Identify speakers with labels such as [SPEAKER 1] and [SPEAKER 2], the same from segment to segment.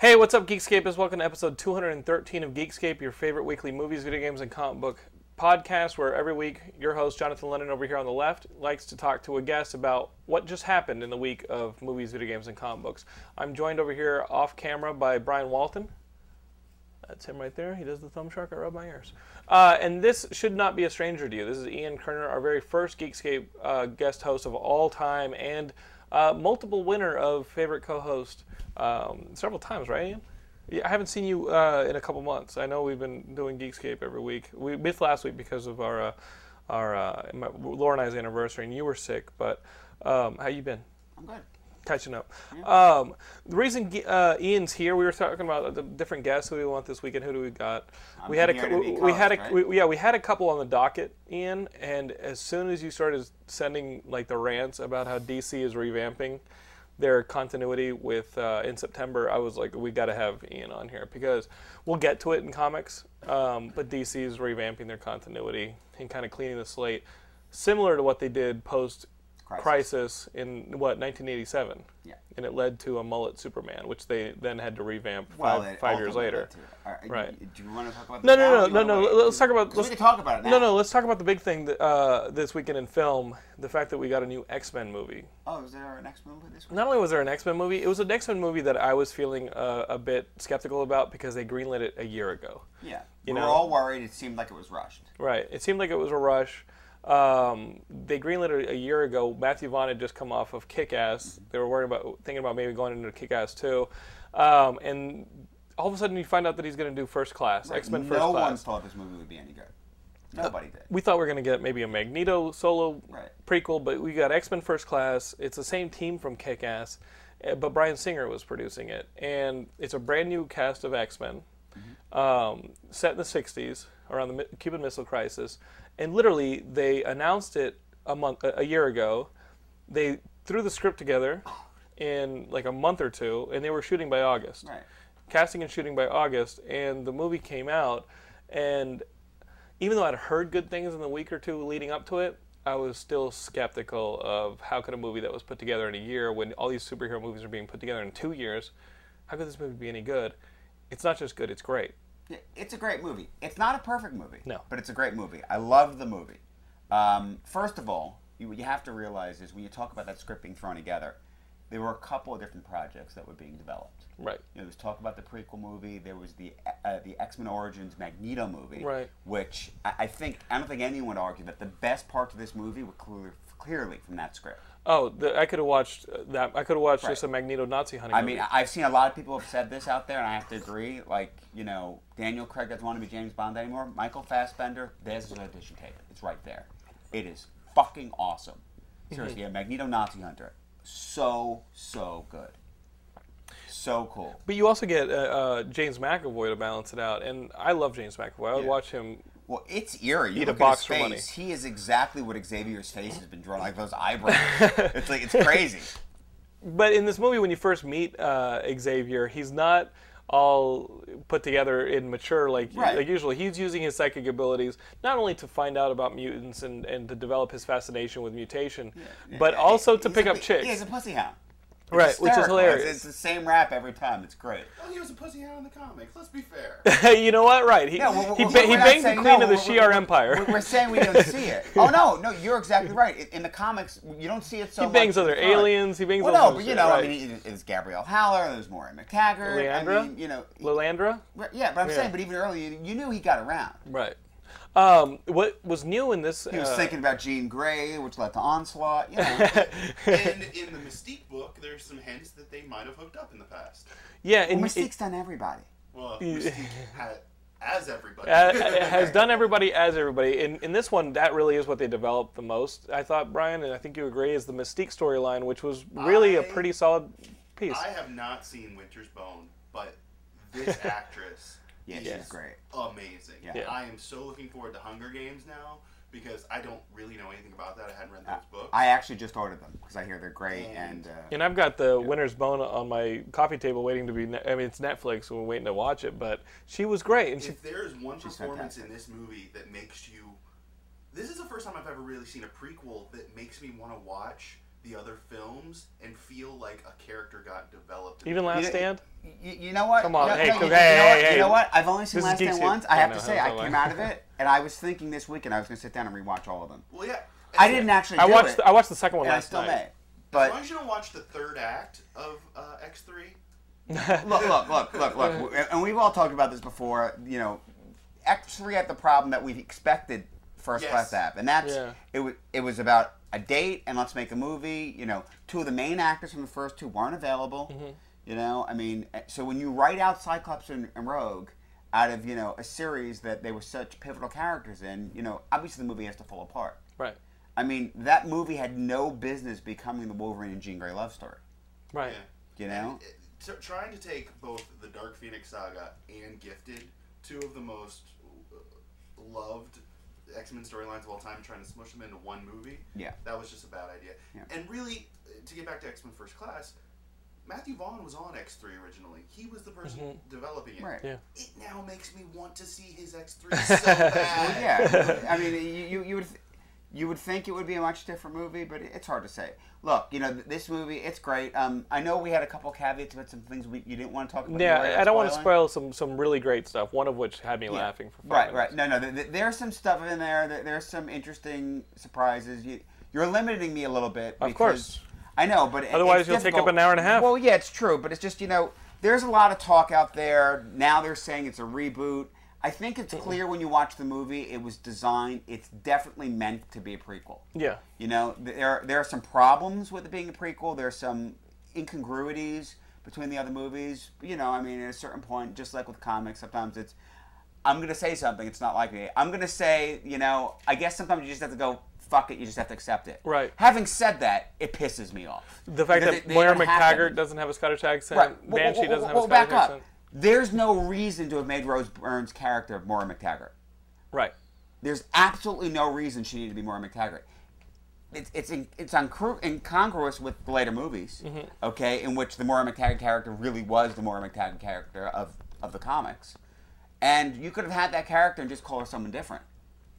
[SPEAKER 1] Hey, what's up, Geekscapists? Welcome to episode 213 of Geekscape, your favorite weekly movies, video games, and comic book podcast, where every week your host, Jonathan Lennon, over here on the left, likes to talk to a guest about what just happened in the week of movies, video games, and comic books. I'm joined over here off camera by Brian Walton. That's him right there. He does the thumb shark. I rub my ears. Uh, and this should not be a stranger to you. This is Ian Kerner, our very first Geekscape uh, guest host of all time and uh, multiple winner of favorite co host um, several times, right, Ian? Yeah, I haven't seen you uh, in a couple months. I know we've been doing Geekscape every week. We missed last week because of our, uh, our uh, my, Laura and I's anniversary, and you were sick, but um, how you been?
[SPEAKER 2] I'm good.
[SPEAKER 1] catching up. Um, the reason Ge- uh, Ian's here, we were talking about the different guests who we want this weekend. Who do we got? we had a
[SPEAKER 2] here
[SPEAKER 1] cou-
[SPEAKER 2] to be
[SPEAKER 1] we had a
[SPEAKER 2] caused,
[SPEAKER 1] we- yeah we had a couple on the docket, Ian. And as soon as you started sending like the rants about how DC is revamping their continuity with uh, in September, I was like, we got to have Ian on here because we'll get to it in comics. Um, but DC is revamping their continuity and kind of cleaning the slate, similar to what they did post crisis in what 1987
[SPEAKER 2] Yeah.
[SPEAKER 1] and it led to a mullet superman which they then had to revamp
[SPEAKER 2] Well,
[SPEAKER 1] five,
[SPEAKER 2] it
[SPEAKER 1] five years
[SPEAKER 2] ultimately
[SPEAKER 1] later
[SPEAKER 2] led to it. Are- are-
[SPEAKER 1] Right.
[SPEAKER 2] Do you want to talk about
[SPEAKER 1] no
[SPEAKER 2] this
[SPEAKER 1] no no no
[SPEAKER 2] now, or do you
[SPEAKER 1] no
[SPEAKER 2] wanna wait?
[SPEAKER 1] let's talk about
[SPEAKER 2] Because
[SPEAKER 1] let's,
[SPEAKER 2] we can talk about it now.
[SPEAKER 1] no no let's talk about the big thing that, uh, this weekend in film the fact that we got a new x-men movie
[SPEAKER 2] Oh, is there an X Men movie this week?
[SPEAKER 1] not only was there an x-men movie it was an x-men movie that i was feeling uh, a bit skeptical about because they greenlit it a year ago
[SPEAKER 2] Yeah.
[SPEAKER 1] You
[SPEAKER 2] we
[SPEAKER 1] know-
[SPEAKER 2] were all worried. It seemed like it was rushed.
[SPEAKER 1] Right. It seemed like it was a rush. Um, they greenlit it a year ago. Matthew Vaughn had just come off of Kick Ass. They were worried about thinking about maybe going into Kick Ass too, um, and all of a sudden you find out that he's going to do First Class, X Men
[SPEAKER 2] no
[SPEAKER 1] First
[SPEAKER 2] one
[SPEAKER 1] Class.
[SPEAKER 2] thought this movie would be any good. Nobody did.
[SPEAKER 1] we thought we were going to get maybe a Magneto solo
[SPEAKER 2] Right.
[SPEAKER 1] prequel, but we got X Men First Class. It's the same team from Kick Ass, but Brian Singer was producing it, and it's a brand new cast of X Men, um, set in the '60s around the Mi- Cuban Missile Crisis, and literally they announced it a month, a a year ago. They threw the script together in like a month or two, and they were shooting by August
[SPEAKER 2] Right.
[SPEAKER 1] casting and shooting by August, and the movie came out. And even though I'd heard good things in the week or two leading up to it, I was still skeptical of how could a movie that was put together in a year, when all these superhero movies are being put together in two years, how could this movie be any good? It's not just good; it's great.
[SPEAKER 2] Yeah, It's a great movie. It's not a perfect movie.
[SPEAKER 1] No.
[SPEAKER 2] But it's a great movie. I love the movie. Um, first of all, you, what you have to realize is when you talk about that script being thrown together, there were a couple of different projects that were being developed.
[SPEAKER 1] Right.
[SPEAKER 2] You know, there was talk about the prequel movie. There was the uh, the X Men Origins Magneto movie,
[SPEAKER 1] Right.
[SPEAKER 2] Which I, I think I don't think anyone would argue that the best parts of this movie were clear, clearly from that script.
[SPEAKER 1] Oh, the, I could have watched uh, that. I could have watched just a
[SPEAKER 2] Right.
[SPEAKER 1] Magneto Nazi hunting.
[SPEAKER 2] I
[SPEAKER 1] movie.
[SPEAKER 2] mean, I- I've seen a lot of people have said this out there, and I have to agree. Like, you know, Daniel Craig doesn't want to be James Bond anymore. Michael Fassbender, there's his audition tape. It's right there. It is fucking awesome. Seriously, a Magneto Nazi Hunter. So, so good. So cool.
[SPEAKER 1] but you also get uh, uh, James McAvoy to balance it out, and I love James McAvoy. I would
[SPEAKER 2] Yeah.
[SPEAKER 1] watch him
[SPEAKER 2] Well, it's eerie.
[SPEAKER 1] Eat
[SPEAKER 2] You
[SPEAKER 1] a
[SPEAKER 2] look at
[SPEAKER 1] box
[SPEAKER 2] his
[SPEAKER 1] for
[SPEAKER 2] face,
[SPEAKER 1] money.
[SPEAKER 2] He is exactly what Xavier's face has been drawn, like those eyebrows. it's like, it's crazy.
[SPEAKER 1] But in this movie, when you first meet uh, Xavier, he's not all put together and mature like
[SPEAKER 2] Right.
[SPEAKER 1] like usually. He's using his psychic abilities not only to find out about mutants and, and to develop his fascination with mutation, but also to
[SPEAKER 2] He's
[SPEAKER 1] pick
[SPEAKER 2] a
[SPEAKER 1] up
[SPEAKER 2] pu-
[SPEAKER 1] chicks.
[SPEAKER 2] Yeah, he's a pussy hound.
[SPEAKER 1] Right, which is
[SPEAKER 2] hysterical. It's-
[SPEAKER 1] hilarious.
[SPEAKER 2] It's, the same rap every time. It's great.
[SPEAKER 3] Well, he was a pussy hat in the comics. Let's be fair.
[SPEAKER 1] Hey, you know what? Right. He,
[SPEAKER 2] Yeah, we're-
[SPEAKER 1] he,
[SPEAKER 2] we're-
[SPEAKER 1] ba- he
[SPEAKER 2] we're not
[SPEAKER 1] banged the
[SPEAKER 2] saying
[SPEAKER 1] queen
[SPEAKER 2] no,
[SPEAKER 1] of the
[SPEAKER 2] we're-
[SPEAKER 1] Shi'ar
[SPEAKER 2] we're-
[SPEAKER 1] Empire.
[SPEAKER 2] We're, we're saying we don't see it. Oh no, no, you're exactly right. In- In the comics, you don't see it so.
[SPEAKER 1] he bangs
[SPEAKER 2] much
[SPEAKER 1] other
[SPEAKER 2] in the front.
[SPEAKER 1] aliens. He bangs
[SPEAKER 2] Well,
[SPEAKER 1] all
[SPEAKER 2] no,
[SPEAKER 1] sorts
[SPEAKER 2] but
[SPEAKER 1] of
[SPEAKER 2] you
[SPEAKER 1] shit,
[SPEAKER 2] know,
[SPEAKER 1] right.
[SPEAKER 2] I mean, it- it's Gabrielle Howler. There's Maureen McTaggart. I
[SPEAKER 1] Leandra?
[SPEAKER 2] mean, you know,
[SPEAKER 1] Lilandra?
[SPEAKER 2] Right, Yeah, but I'm saying, but even earlier, you knew he got around.
[SPEAKER 1] Right. Um, what was new in this?
[SPEAKER 2] He was
[SPEAKER 1] uh,
[SPEAKER 2] thinking about Jean Grey, which led to Onslaught. You know,
[SPEAKER 3] and in the Mystique book, there's some hints that they might have hooked up in the past.
[SPEAKER 1] yeah, and
[SPEAKER 2] Well, Mystique's done everybody.
[SPEAKER 3] Well, Mystique had, as everybody.
[SPEAKER 1] uh, has done everybody as everybody. In, in this one, that really is what they developed the most, I thought, Brian, and I think you agree, is the Mystique storyline, which was really a
[SPEAKER 3] I-
[SPEAKER 1] pretty solid piece.
[SPEAKER 3] I have not seen Winter's Bone, but this actress
[SPEAKER 2] Yeah,
[SPEAKER 3] is
[SPEAKER 2] she's great.
[SPEAKER 3] amazing.
[SPEAKER 2] Yeah.
[SPEAKER 3] I am so looking forward to Hunger Games now because I don't really know anything about that. I hadn't read those books.
[SPEAKER 2] Uh, I actually just ordered them because I hear they're great. And uh,
[SPEAKER 1] and I've got the Winner's Bone on my coffee table waiting to be. Ne- I mean, it's Netflix, so we're waiting to watch it, but she was great. And she,
[SPEAKER 3] if there is one performance
[SPEAKER 2] fantastic.
[SPEAKER 3] in this movie that makes you this is the first time i've ever really seen a prequel that makes me want to watch the other films and feel like a character got developed in
[SPEAKER 1] even
[SPEAKER 3] the-
[SPEAKER 1] Last
[SPEAKER 2] You-
[SPEAKER 1] Stand?
[SPEAKER 2] y- y- you know what?
[SPEAKER 1] Come on,
[SPEAKER 2] No,
[SPEAKER 1] hey,
[SPEAKER 2] no,
[SPEAKER 1] come-
[SPEAKER 2] you, you
[SPEAKER 1] hey,
[SPEAKER 2] know what?
[SPEAKER 1] hey,
[SPEAKER 2] You know
[SPEAKER 1] hey.
[SPEAKER 2] what? I've only seen
[SPEAKER 1] This is
[SPEAKER 2] Last
[SPEAKER 1] Geek
[SPEAKER 2] Stand
[SPEAKER 1] Shit.
[SPEAKER 2] once. I
[SPEAKER 1] Oh,
[SPEAKER 2] have
[SPEAKER 1] no,
[SPEAKER 2] to say,
[SPEAKER 1] how's
[SPEAKER 2] I
[SPEAKER 1] that
[SPEAKER 2] came
[SPEAKER 1] work?
[SPEAKER 2] out of it, and I was thinking this weekend I was going to sit down and rewatch all of them.
[SPEAKER 3] well yeah
[SPEAKER 2] I
[SPEAKER 3] as-
[SPEAKER 2] didn't actually.
[SPEAKER 1] I
[SPEAKER 2] do
[SPEAKER 1] watched.
[SPEAKER 2] It,
[SPEAKER 1] I watched the second one
[SPEAKER 2] and I
[SPEAKER 1] last
[SPEAKER 2] still
[SPEAKER 1] night.
[SPEAKER 2] may.
[SPEAKER 3] as long
[SPEAKER 2] But
[SPEAKER 3] as you don't watch the third act of uh, x3
[SPEAKER 2] look, look, look, look, look. and- And we've all talked about this before. You know, X three had the problem that we expected first
[SPEAKER 3] Yes.
[SPEAKER 2] class to have, and that's
[SPEAKER 1] Yeah.
[SPEAKER 2] it. Was it was about a date and let's make a movie. You know, two of the main actors from the first two weren't available. You know, I mean, eh, so when you write out Cyclops and, and Rogue out of you know a series that they were such pivotal characters in, you know, obviously the movie has to fall apart.
[SPEAKER 1] Right.
[SPEAKER 2] I mean, that movie had no business becoming the Wolverine and Jean Grey love story.
[SPEAKER 1] Right.
[SPEAKER 2] You know,
[SPEAKER 3] so trying to take both the Dark Phoenix saga and Gifted, two of the most uh, loved X Men storylines of all time, trying to smush them into one movie.
[SPEAKER 2] Yeah.
[SPEAKER 3] that was just a bad idea.
[SPEAKER 2] Yeah.
[SPEAKER 3] And really, uh, to get back to X Men First Class, Matthew Vaughn was on X three originally. He was the person developing it.
[SPEAKER 2] Right.
[SPEAKER 1] Yeah.
[SPEAKER 3] It now makes me want to see his X three so bad.
[SPEAKER 2] yeah, I mean, you, you, you would th- you would think it would be a much different movie, but it's hard to say. Look, you know, th- this movie, it's great. Um, I know we had a couple caveats about some things we, you didn't want to talk about.
[SPEAKER 1] Yeah,
[SPEAKER 2] You
[SPEAKER 1] I- I don't want to
[SPEAKER 2] spoiling.
[SPEAKER 1] spoil some some really great stuff. One of which had me
[SPEAKER 2] Yeah.
[SPEAKER 1] laughing for five
[SPEAKER 2] Right, right.
[SPEAKER 1] minutes.
[SPEAKER 2] No, no. Th- th- there's some stuff in there. Th- there's some interesting surprises. You, you're limiting me a little bit.
[SPEAKER 1] Of
[SPEAKER 2] because-
[SPEAKER 1] course.
[SPEAKER 2] I know, but it-
[SPEAKER 1] Otherwise
[SPEAKER 2] it's
[SPEAKER 1] you'll take
[SPEAKER 2] difficult.
[SPEAKER 1] up an hour and a half.
[SPEAKER 2] Well, yeah, it's true, but it's just you know, there's a lot of talk out there now. They're saying it's a reboot. I think it's clear when you watch the movie, it was designed. It's definitely meant to be a prequel.
[SPEAKER 1] Yeah.
[SPEAKER 2] You know, th- there there are some problems with it being a prequel. There's some incongruities between the other movies. You know, I mean, at a certain point, just like with comics, sometimes it's I'm gonna say something. It's not like me. I'm gonna say, you know, I guess sometimes you just have to go fuck it. You just have to accept it.
[SPEAKER 1] Right.
[SPEAKER 2] Having said that, it pisses me off.
[SPEAKER 1] The fact
[SPEAKER 2] Because
[SPEAKER 1] that
[SPEAKER 2] it-
[SPEAKER 1] Moira
[SPEAKER 2] it happened.
[SPEAKER 1] McTaggart doesn't have a Scottish accent,
[SPEAKER 2] Right. Well, well,
[SPEAKER 1] Banshee
[SPEAKER 2] well,
[SPEAKER 1] doesn't have
[SPEAKER 2] well,
[SPEAKER 1] a Scottish
[SPEAKER 2] back up.
[SPEAKER 1] accent.
[SPEAKER 2] There's no reason to have made Rose Byrne's character Moira McTaggart.
[SPEAKER 1] Right.
[SPEAKER 2] There's absolutely no reason she needed to be Moira McTaggart. It's it's in, it's incongru- incongruous with the later movies,
[SPEAKER 1] Mm-hmm.
[SPEAKER 2] okay, in which the Moira McTaggart character really was the Moira McTaggart character of of the comics, and you could have had that character and just call her someone different.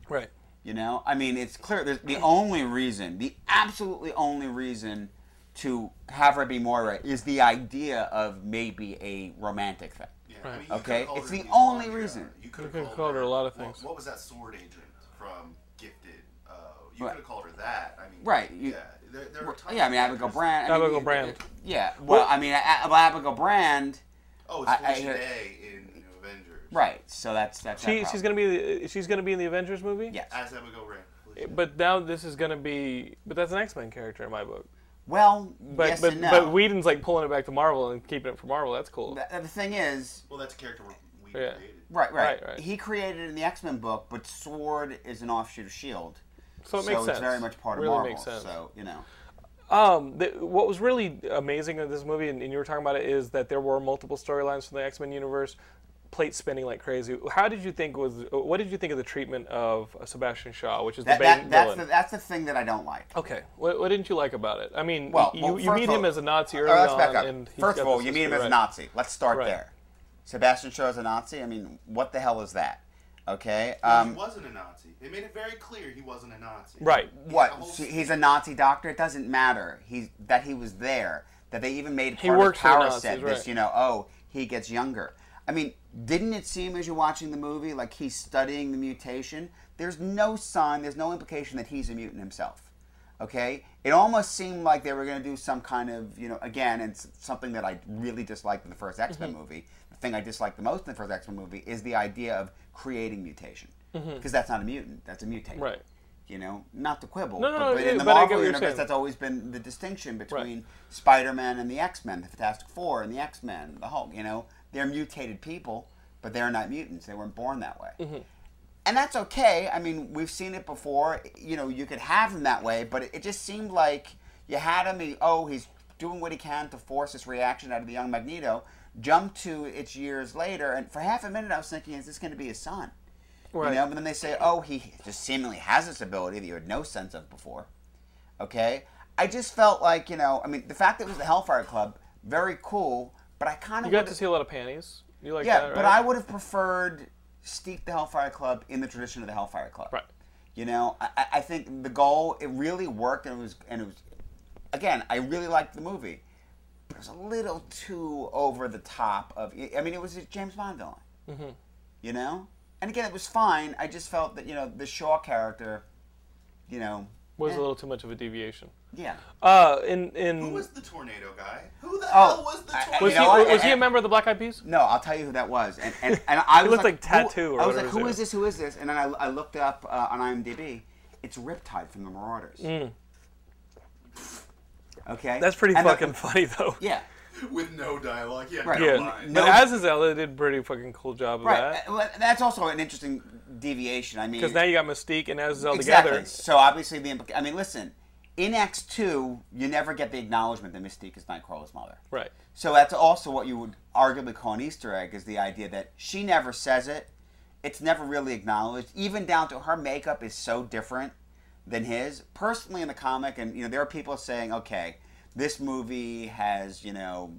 [SPEAKER 1] Right.
[SPEAKER 2] You know, I mean, it's clear. There's the only reason, the absolutely only reason to have her be Moira is the idea of maybe a romantic thing.
[SPEAKER 3] Yeah, I mean, you
[SPEAKER 2] Okay,
[SPEAKER 3] could've called
[SPEAKER 2] it's
[SPEAKER 3] her
[SPEAKER 2] the
[SPEAKER 3] Leandra.
[SPEAKER 2] only reason.
[SPEAKER 3] You could have
[SPEAKER 1] could've called her a lot of
[SPEAKER 3] what-
[SPEAKER 1] things.
[SPEAKER 3] What, was that sword agent from Gifted? Uh, you could have called her that. I mean,
[SPEAKER 2] Right, you-
[SPEAKER 3] yeah, there, there are tons
[SPEAKER 2] Yeah, I
[SPEAKER 3] of
[SPEAKER 2] mean, Abigail
[SPEAKER 3] actors-
[SPEAKER 2] Brand. I mean,
[SPEAKER 1] Abigail
[SPEAKER 2] it-
[SPEAKER 1] Brand.
[SPEAKER 2] it- Yeah. Well, I mean, A- well, Abigail Brand.
[SPEAKER 3] Oh, it's
[SPEAKER 2] I- I
[SPEAKER 3] Felicia
[SPEAKER 2] hear-
[SPEAKER 3] Day in New Avengers.
[SPEAKER 2] Right. So that's that's.
[SPEAKER 1] She,
[SPEAKER 2] that
[SPEAKER 1] she's
[SPEAKER 2] problem.
[SPEAKER 1] gonna be she's gonna be in the Avengers movie.
[SPEAKER 2] Yes.
[SPEAKER 3] As Abigail Brand. Felicia Day.
[SPEAKER 1] But now this is gonna be but that's an X Men character in my book.
[SPEAKER 2] Well,
[SPEAKER 1] But
[SPEAKER 2] yes
[SPEAKER 1] but
[SPEAKER 2] and no.
[SPEAKER 1] but Whedon's like pulling it back to Marvel and keeping it for Marvel. That's cool.
[SPEAKER 2] The, the thing is,
[SPEAKER 3] Well, that's a character we, we
[SPEAKER 1] Yeah.
[SPEAKER 3] created.
[SPEAKER 2] right, right,
[SPEAKER 1] Right, right.
[SPEAKER 2] He created it in the X Men book, but Sword is an offshoot of Shield.
[SPEAKER 1] so it makes
[SPEAKER 2] E so
[SPEAKER 1] sense.
[SPEAKER 2] it's very much part of
[SPEAKER 1] really
[SPEAKER 2] Marvel.
[SPEAKER 1] Makes sense.
[SPEAKER 2] So you know.
[SPEAKER 1] Um, the, what was really amazing of this movie, and, and you were talking about it, is that there were multiple storylines from the X Men universe, plate spinning like crazy. How did you think was? What did you think of the treatment of Sebastian Shaw, which is
[SPEAKER 2] That,
[SPEAKER 1] the Bane
[SPEAKER 2] that, that's,
[SPEAKER 1] villain?
[SPEAKER 2] the, that's the thing that I don't like.
[SPEAKER 1] Okay, what, what didn't you like about it? I mean,
[SPEAKER 2] Well,
[SPEAKER 1] you,
[SPEAKER 2] well,
[SPEAKER 1] you
[SPEAKER 2] first
[SPEAKER 1] meet
[SPEAKER 2] of all-
[SPEAKER 1] him as a Nazi
[SPEAKER 2] All
[SPEAKER 1] early
[SPEAKER 2] right, let's
[SPEAKER 1] on,
[SPEAKER 2] back up.
[SPEAKER 1] and he's
[SPEAKER 2] First of
[SPEAKER 1] got
[SPEAKER 2] all,
[SPEAKER 1] this
[SPEAKER 2] you meet him
[SPEAKER 1] history,
[SPEAKER 2] as a
[SPEAKER 1] right.
[SPEAKER 2] Nazi. Let's start
[SPEAKER 1] Right.
[SPEAKER 2] there. Sebastian Shaw is a Nazi. I mean, what the hell is that? Okay.
[SPEAKER 3] Well,
[SPEAKER 2] Um,
[SPEAKER 3] he wasn't a Nazi. They made it very clear he wasn't a Nazi.
[SPEAKER 1] Right.
[SPEAKER 3] He had a
[SPEAKER 2] what
[SPEAKER 3] whole
[SPEAKER 2] she, he's a Nazi doctor. It doesn't matter. He's that he was there. that they even made
[SPEAKER 1] He
[SPEAKER 2] part
[SPEAKER 1] worked
[SPEAKER 2] of
[SPEAKER 1] for the
[SPEAKER 2] Power
[SPEAKER 1] Nazis,
[SPEAKER 2] said this,
[SPEAKER 1] right.
[SPEAKER 2] you know, oh, he gets younger. I mean, didn't it seem as you're watching the movie like he's studying the mutation? There's no sign, there's no implication that he's a mutant himself. Okay? It almost seemed like they were going to do some kind of, you know, again, and s- something that I really disliked in the first X
[SPEAKER 1] Mm-hmm.
[SPEAKER 2] Men movie. The thing I disliked the most in the first X Men movie is the idea of creating mutation. Because that's not a mutant, that's a mutant.
[SPEAKER 1] Mm-hmm. Right.
[SPEAKER 2] You know, not to quibble.
[SPEAKER 1] No, no,
[SPEAKER 2] but,
[SPEAKER 1] no,
[SPEAKER 2] but
[SPEAKER 1] yeah,
[SPEAKER 2] in the
[SPEAKER 1] but I get
[SPEAKER 2] Marvel
[SPEAKER 1] what you're
[SPEAKER 2] universe,
[SPEAKER 1] saying.
[SPEAKER 2] that's always been the distinction between Spider-Man and the X-Men, the Fantastic Four and the X-Men, the Hulk. You know, they're mutated people, but they're not mutants. They weren't born that way, and that's okay. I mean, we've seen it before. You know, you could have him that way, but it, it just seemed like you had him. He, oh, he's doing what he can to force this reaction out of the young Magneto. Jump to it's years later, and for half a minute, I was thinking, is this going to be his son?
[SPEAKER 1] Right.
[SPEAKER 2] You know, but then they say, oh, he just seemingly has this ability that you had no sense of before. Okay? I just felt like, you know, I mean, the fact that it was the Hellfire Club, very cool, but I kind
[SPEAKER 1] You
[SPEAKER 2] of.
[SPEAKER 1] got to see a lot of panties. You like
[SPEAKER 2] Yeah,
[SPEAKER 1] that, right?
[SPEAKER 2] but I would have preferred steep the Hellfire Club in the tradition of the Hellfire Club.
[SPEAKER 1] Right.
[SPEAKER 2] You know, I- I, I think the goal, it really worked, and it was, and it was, again, I really liked the movie, but it was a little too over the top of, I mean, it was a James Bond villain
[SPEAKER 1] Mm-hmm.
[SPEAKER 2] you know. And again, it was fine. I just felt that you know the Shaw character, you know,
[SPEAKER 1] was a little too much of a deviation.
[SPEAKER 2] yeah.
[SPEAKER 1] Uh, in in
[SPEAKER 3] Who was the tornado guy? Who the
[SPEAKER 2] Oh,
[SPEAKER 3] hell was the
[SPEAKER 2] I- I-
[SPEAKER 3] tornado?
[SPEAKER 1] was,
[SPEAKER 2] you
[SPEAKER 1] he,
[SPEAKER 2] know what?
[SPEAKER 1] was he a
[SPEAKER 2] And-
[SPEAKER 1] member of the Black Eyed Peas?
[SPEAKER 2] No, I'll tell you who that was. And and, and I was
[SPEAKER 1] looked
[SPEAKER 2] like,
[SPEAKER 1] like
[SPEAKER 2] who-
[SPEAKER 1] Tattoo or
[SPEAKER 2] I was
[SPEAKER 1] whatever
[SPEAKER 2] like,
[SPEAKER 1] his
[SPEAKER 2] who
[SPEAKER 1] name
[SPEAKER 2] is this? Who is this? And then I, I looked up uh, on IMDb. It's Riptide from the Marauders. Okay,
[SPEAKER 1] Mm. That's pretty
[SPEAKER 2] And the-
[SPEAKER 1] fucking funny though.
[SPEAKER 2] yeah.
[SPEAKER 3] With no dialogue. Yeah,
[SPEAKER 2] Right.
[SPEAKER 3] no
[SPEAKER 1] Yeah,
[SPEAKER 3] line.
[SPEAKER 2] No-
[SPEAKER 1] but Azazel they did a pretty fucking cool job of
[SPEAKER 2] Right.
[SPEAKER 1] that.
[SPEAKER 2] Uh, well, That's also an interesting deviation. I mean,
[SPEAKER 1] Because now you got Mystique and Azazel
[SPEAKER 2] Exactly.
[SPEAKER 1] together.
[SPEAKER 2] So obviously the implica- I mean, listen, in X two, you never get the acknowledgement that Mystique is Nightcrawler's mother.
[SPEAKER 1] Right.
[SPEAKER 2] So that's also what you would arguably call an Easter egg is the idea that she never says it. It's never really acknowledged, even down to her makeup is so different than his. Personally, in the comic, and you know, there are people saying, okay, this movie has you know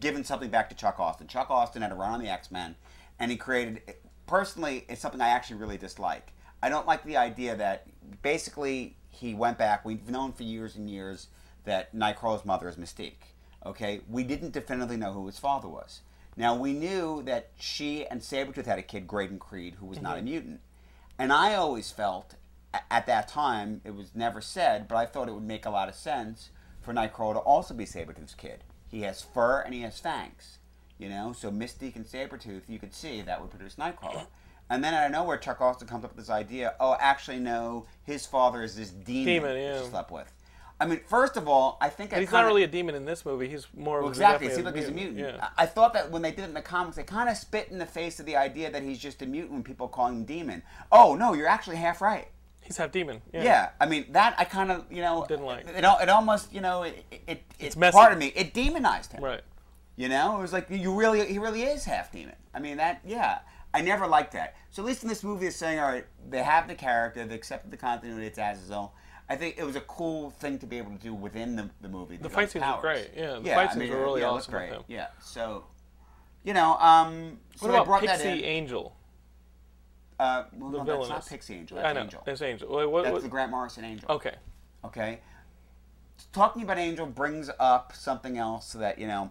[SPEAKER 2] given something back to Chuck Austin. Chuck Austin had a run on the X Men, and he created. Personally, it's something I actually really dislike. I don't like the idea that basically he went back. We've known for years and years that Nightcrawler's mother is Mystique. Okay, we didn't definitively know who his father was. Now we knew that she and Sabretooth had a kid, Graydon Creed, who was not a mutant. And I always felt a- at that time, it was never said, but I thought it would make a lot of sense for Nightcrawler to also be Sabretooth's kid. He has fur and he has fangs, you know? So Mystique and Sabretooth, you could see that would produce Nightcrawler. And then out of nowhere, Chuck Austin comes up with this idea oh, actually, no, his father is this demon,
[SPEAKER 1] Demon,
[SPEAKER 2] that
[SPEAKER 1] yeah.
[SPEAKER 2] she slept with. I mean, first of all, I think I
[SPEAKER 1] But he's
[SPEAKER 2] kinda-
[SPEAKER 1] not really a demon in this movie. He's more of
[SPEAKER 2] well,
[SPEAKER 1] a
[SPEAKER 2] exactly. It
[SPEAKER 1] definitely
[SPEAKER 2] seemed like he's Uh, a mutant.
[SPEAKER 1] Yeah.
[SPEAKER 2] I I thought that when they did it in the comics, they kind of spit in the face of the idea that he's just a mutant when people call him demon. Oh no, you're actually half right.
[SPEAKER 1] He's half demon. Yeah.
[SPEAKER 2] Yeah, I mean that I kind of you know
[SPEAKER 1] Didn't like.
[SPEAKER 2] it. al- It almost you know it it, it it's
[SPEAKER 1] messy.
[SPEAKER 2] part of me it demonized him.
[SPEAKER 1] Right.
[SPEAKER 2] You know, it was like you really he really is half demon. I mean that yeah. I never liked that. So at least in this movie, it's saying all right, they have the character, they accepted the continuity, it's Azazel. I think it was a cool thing to be able to do within the, the movie. The
[SPEAKER 1] fight scenes were great. Yeah, the fight scenes were really
[SPEAKER 2] yeah, it looked
[SPEAKER 1] awesome with
[SPEAKER 2] great.
[SPEAKER 1] him.
[SPEAKER 2] Yeah, so you know, um, so
[SPEAKER 1] What
[SPEAKER 2] they
[SPEAKER 1] about
[SPEAKER 2] brought
[SPEAKER 1] Pixie
[SPEAKER 2] that in.
[SPEAKER 1] Angel?
[SPEAKER 2] uh, well, no, that's
[SPEAKER 1] villainess?
[SPEAKER 2] not Pixie Angel. That's
[SPEAKER 1] I know.
[SPEAKER 2] Angel.
[SPEAKER 1] It's Angel. Wait, what,
[SPEAKER 2] that's
[SPEAKER 1] what-
[SPEAKER 2] the Grant Morrison Angel.
[SPEAKER 1] okay.
[SPEAKER 2] okay talking about angel brings up something else that you know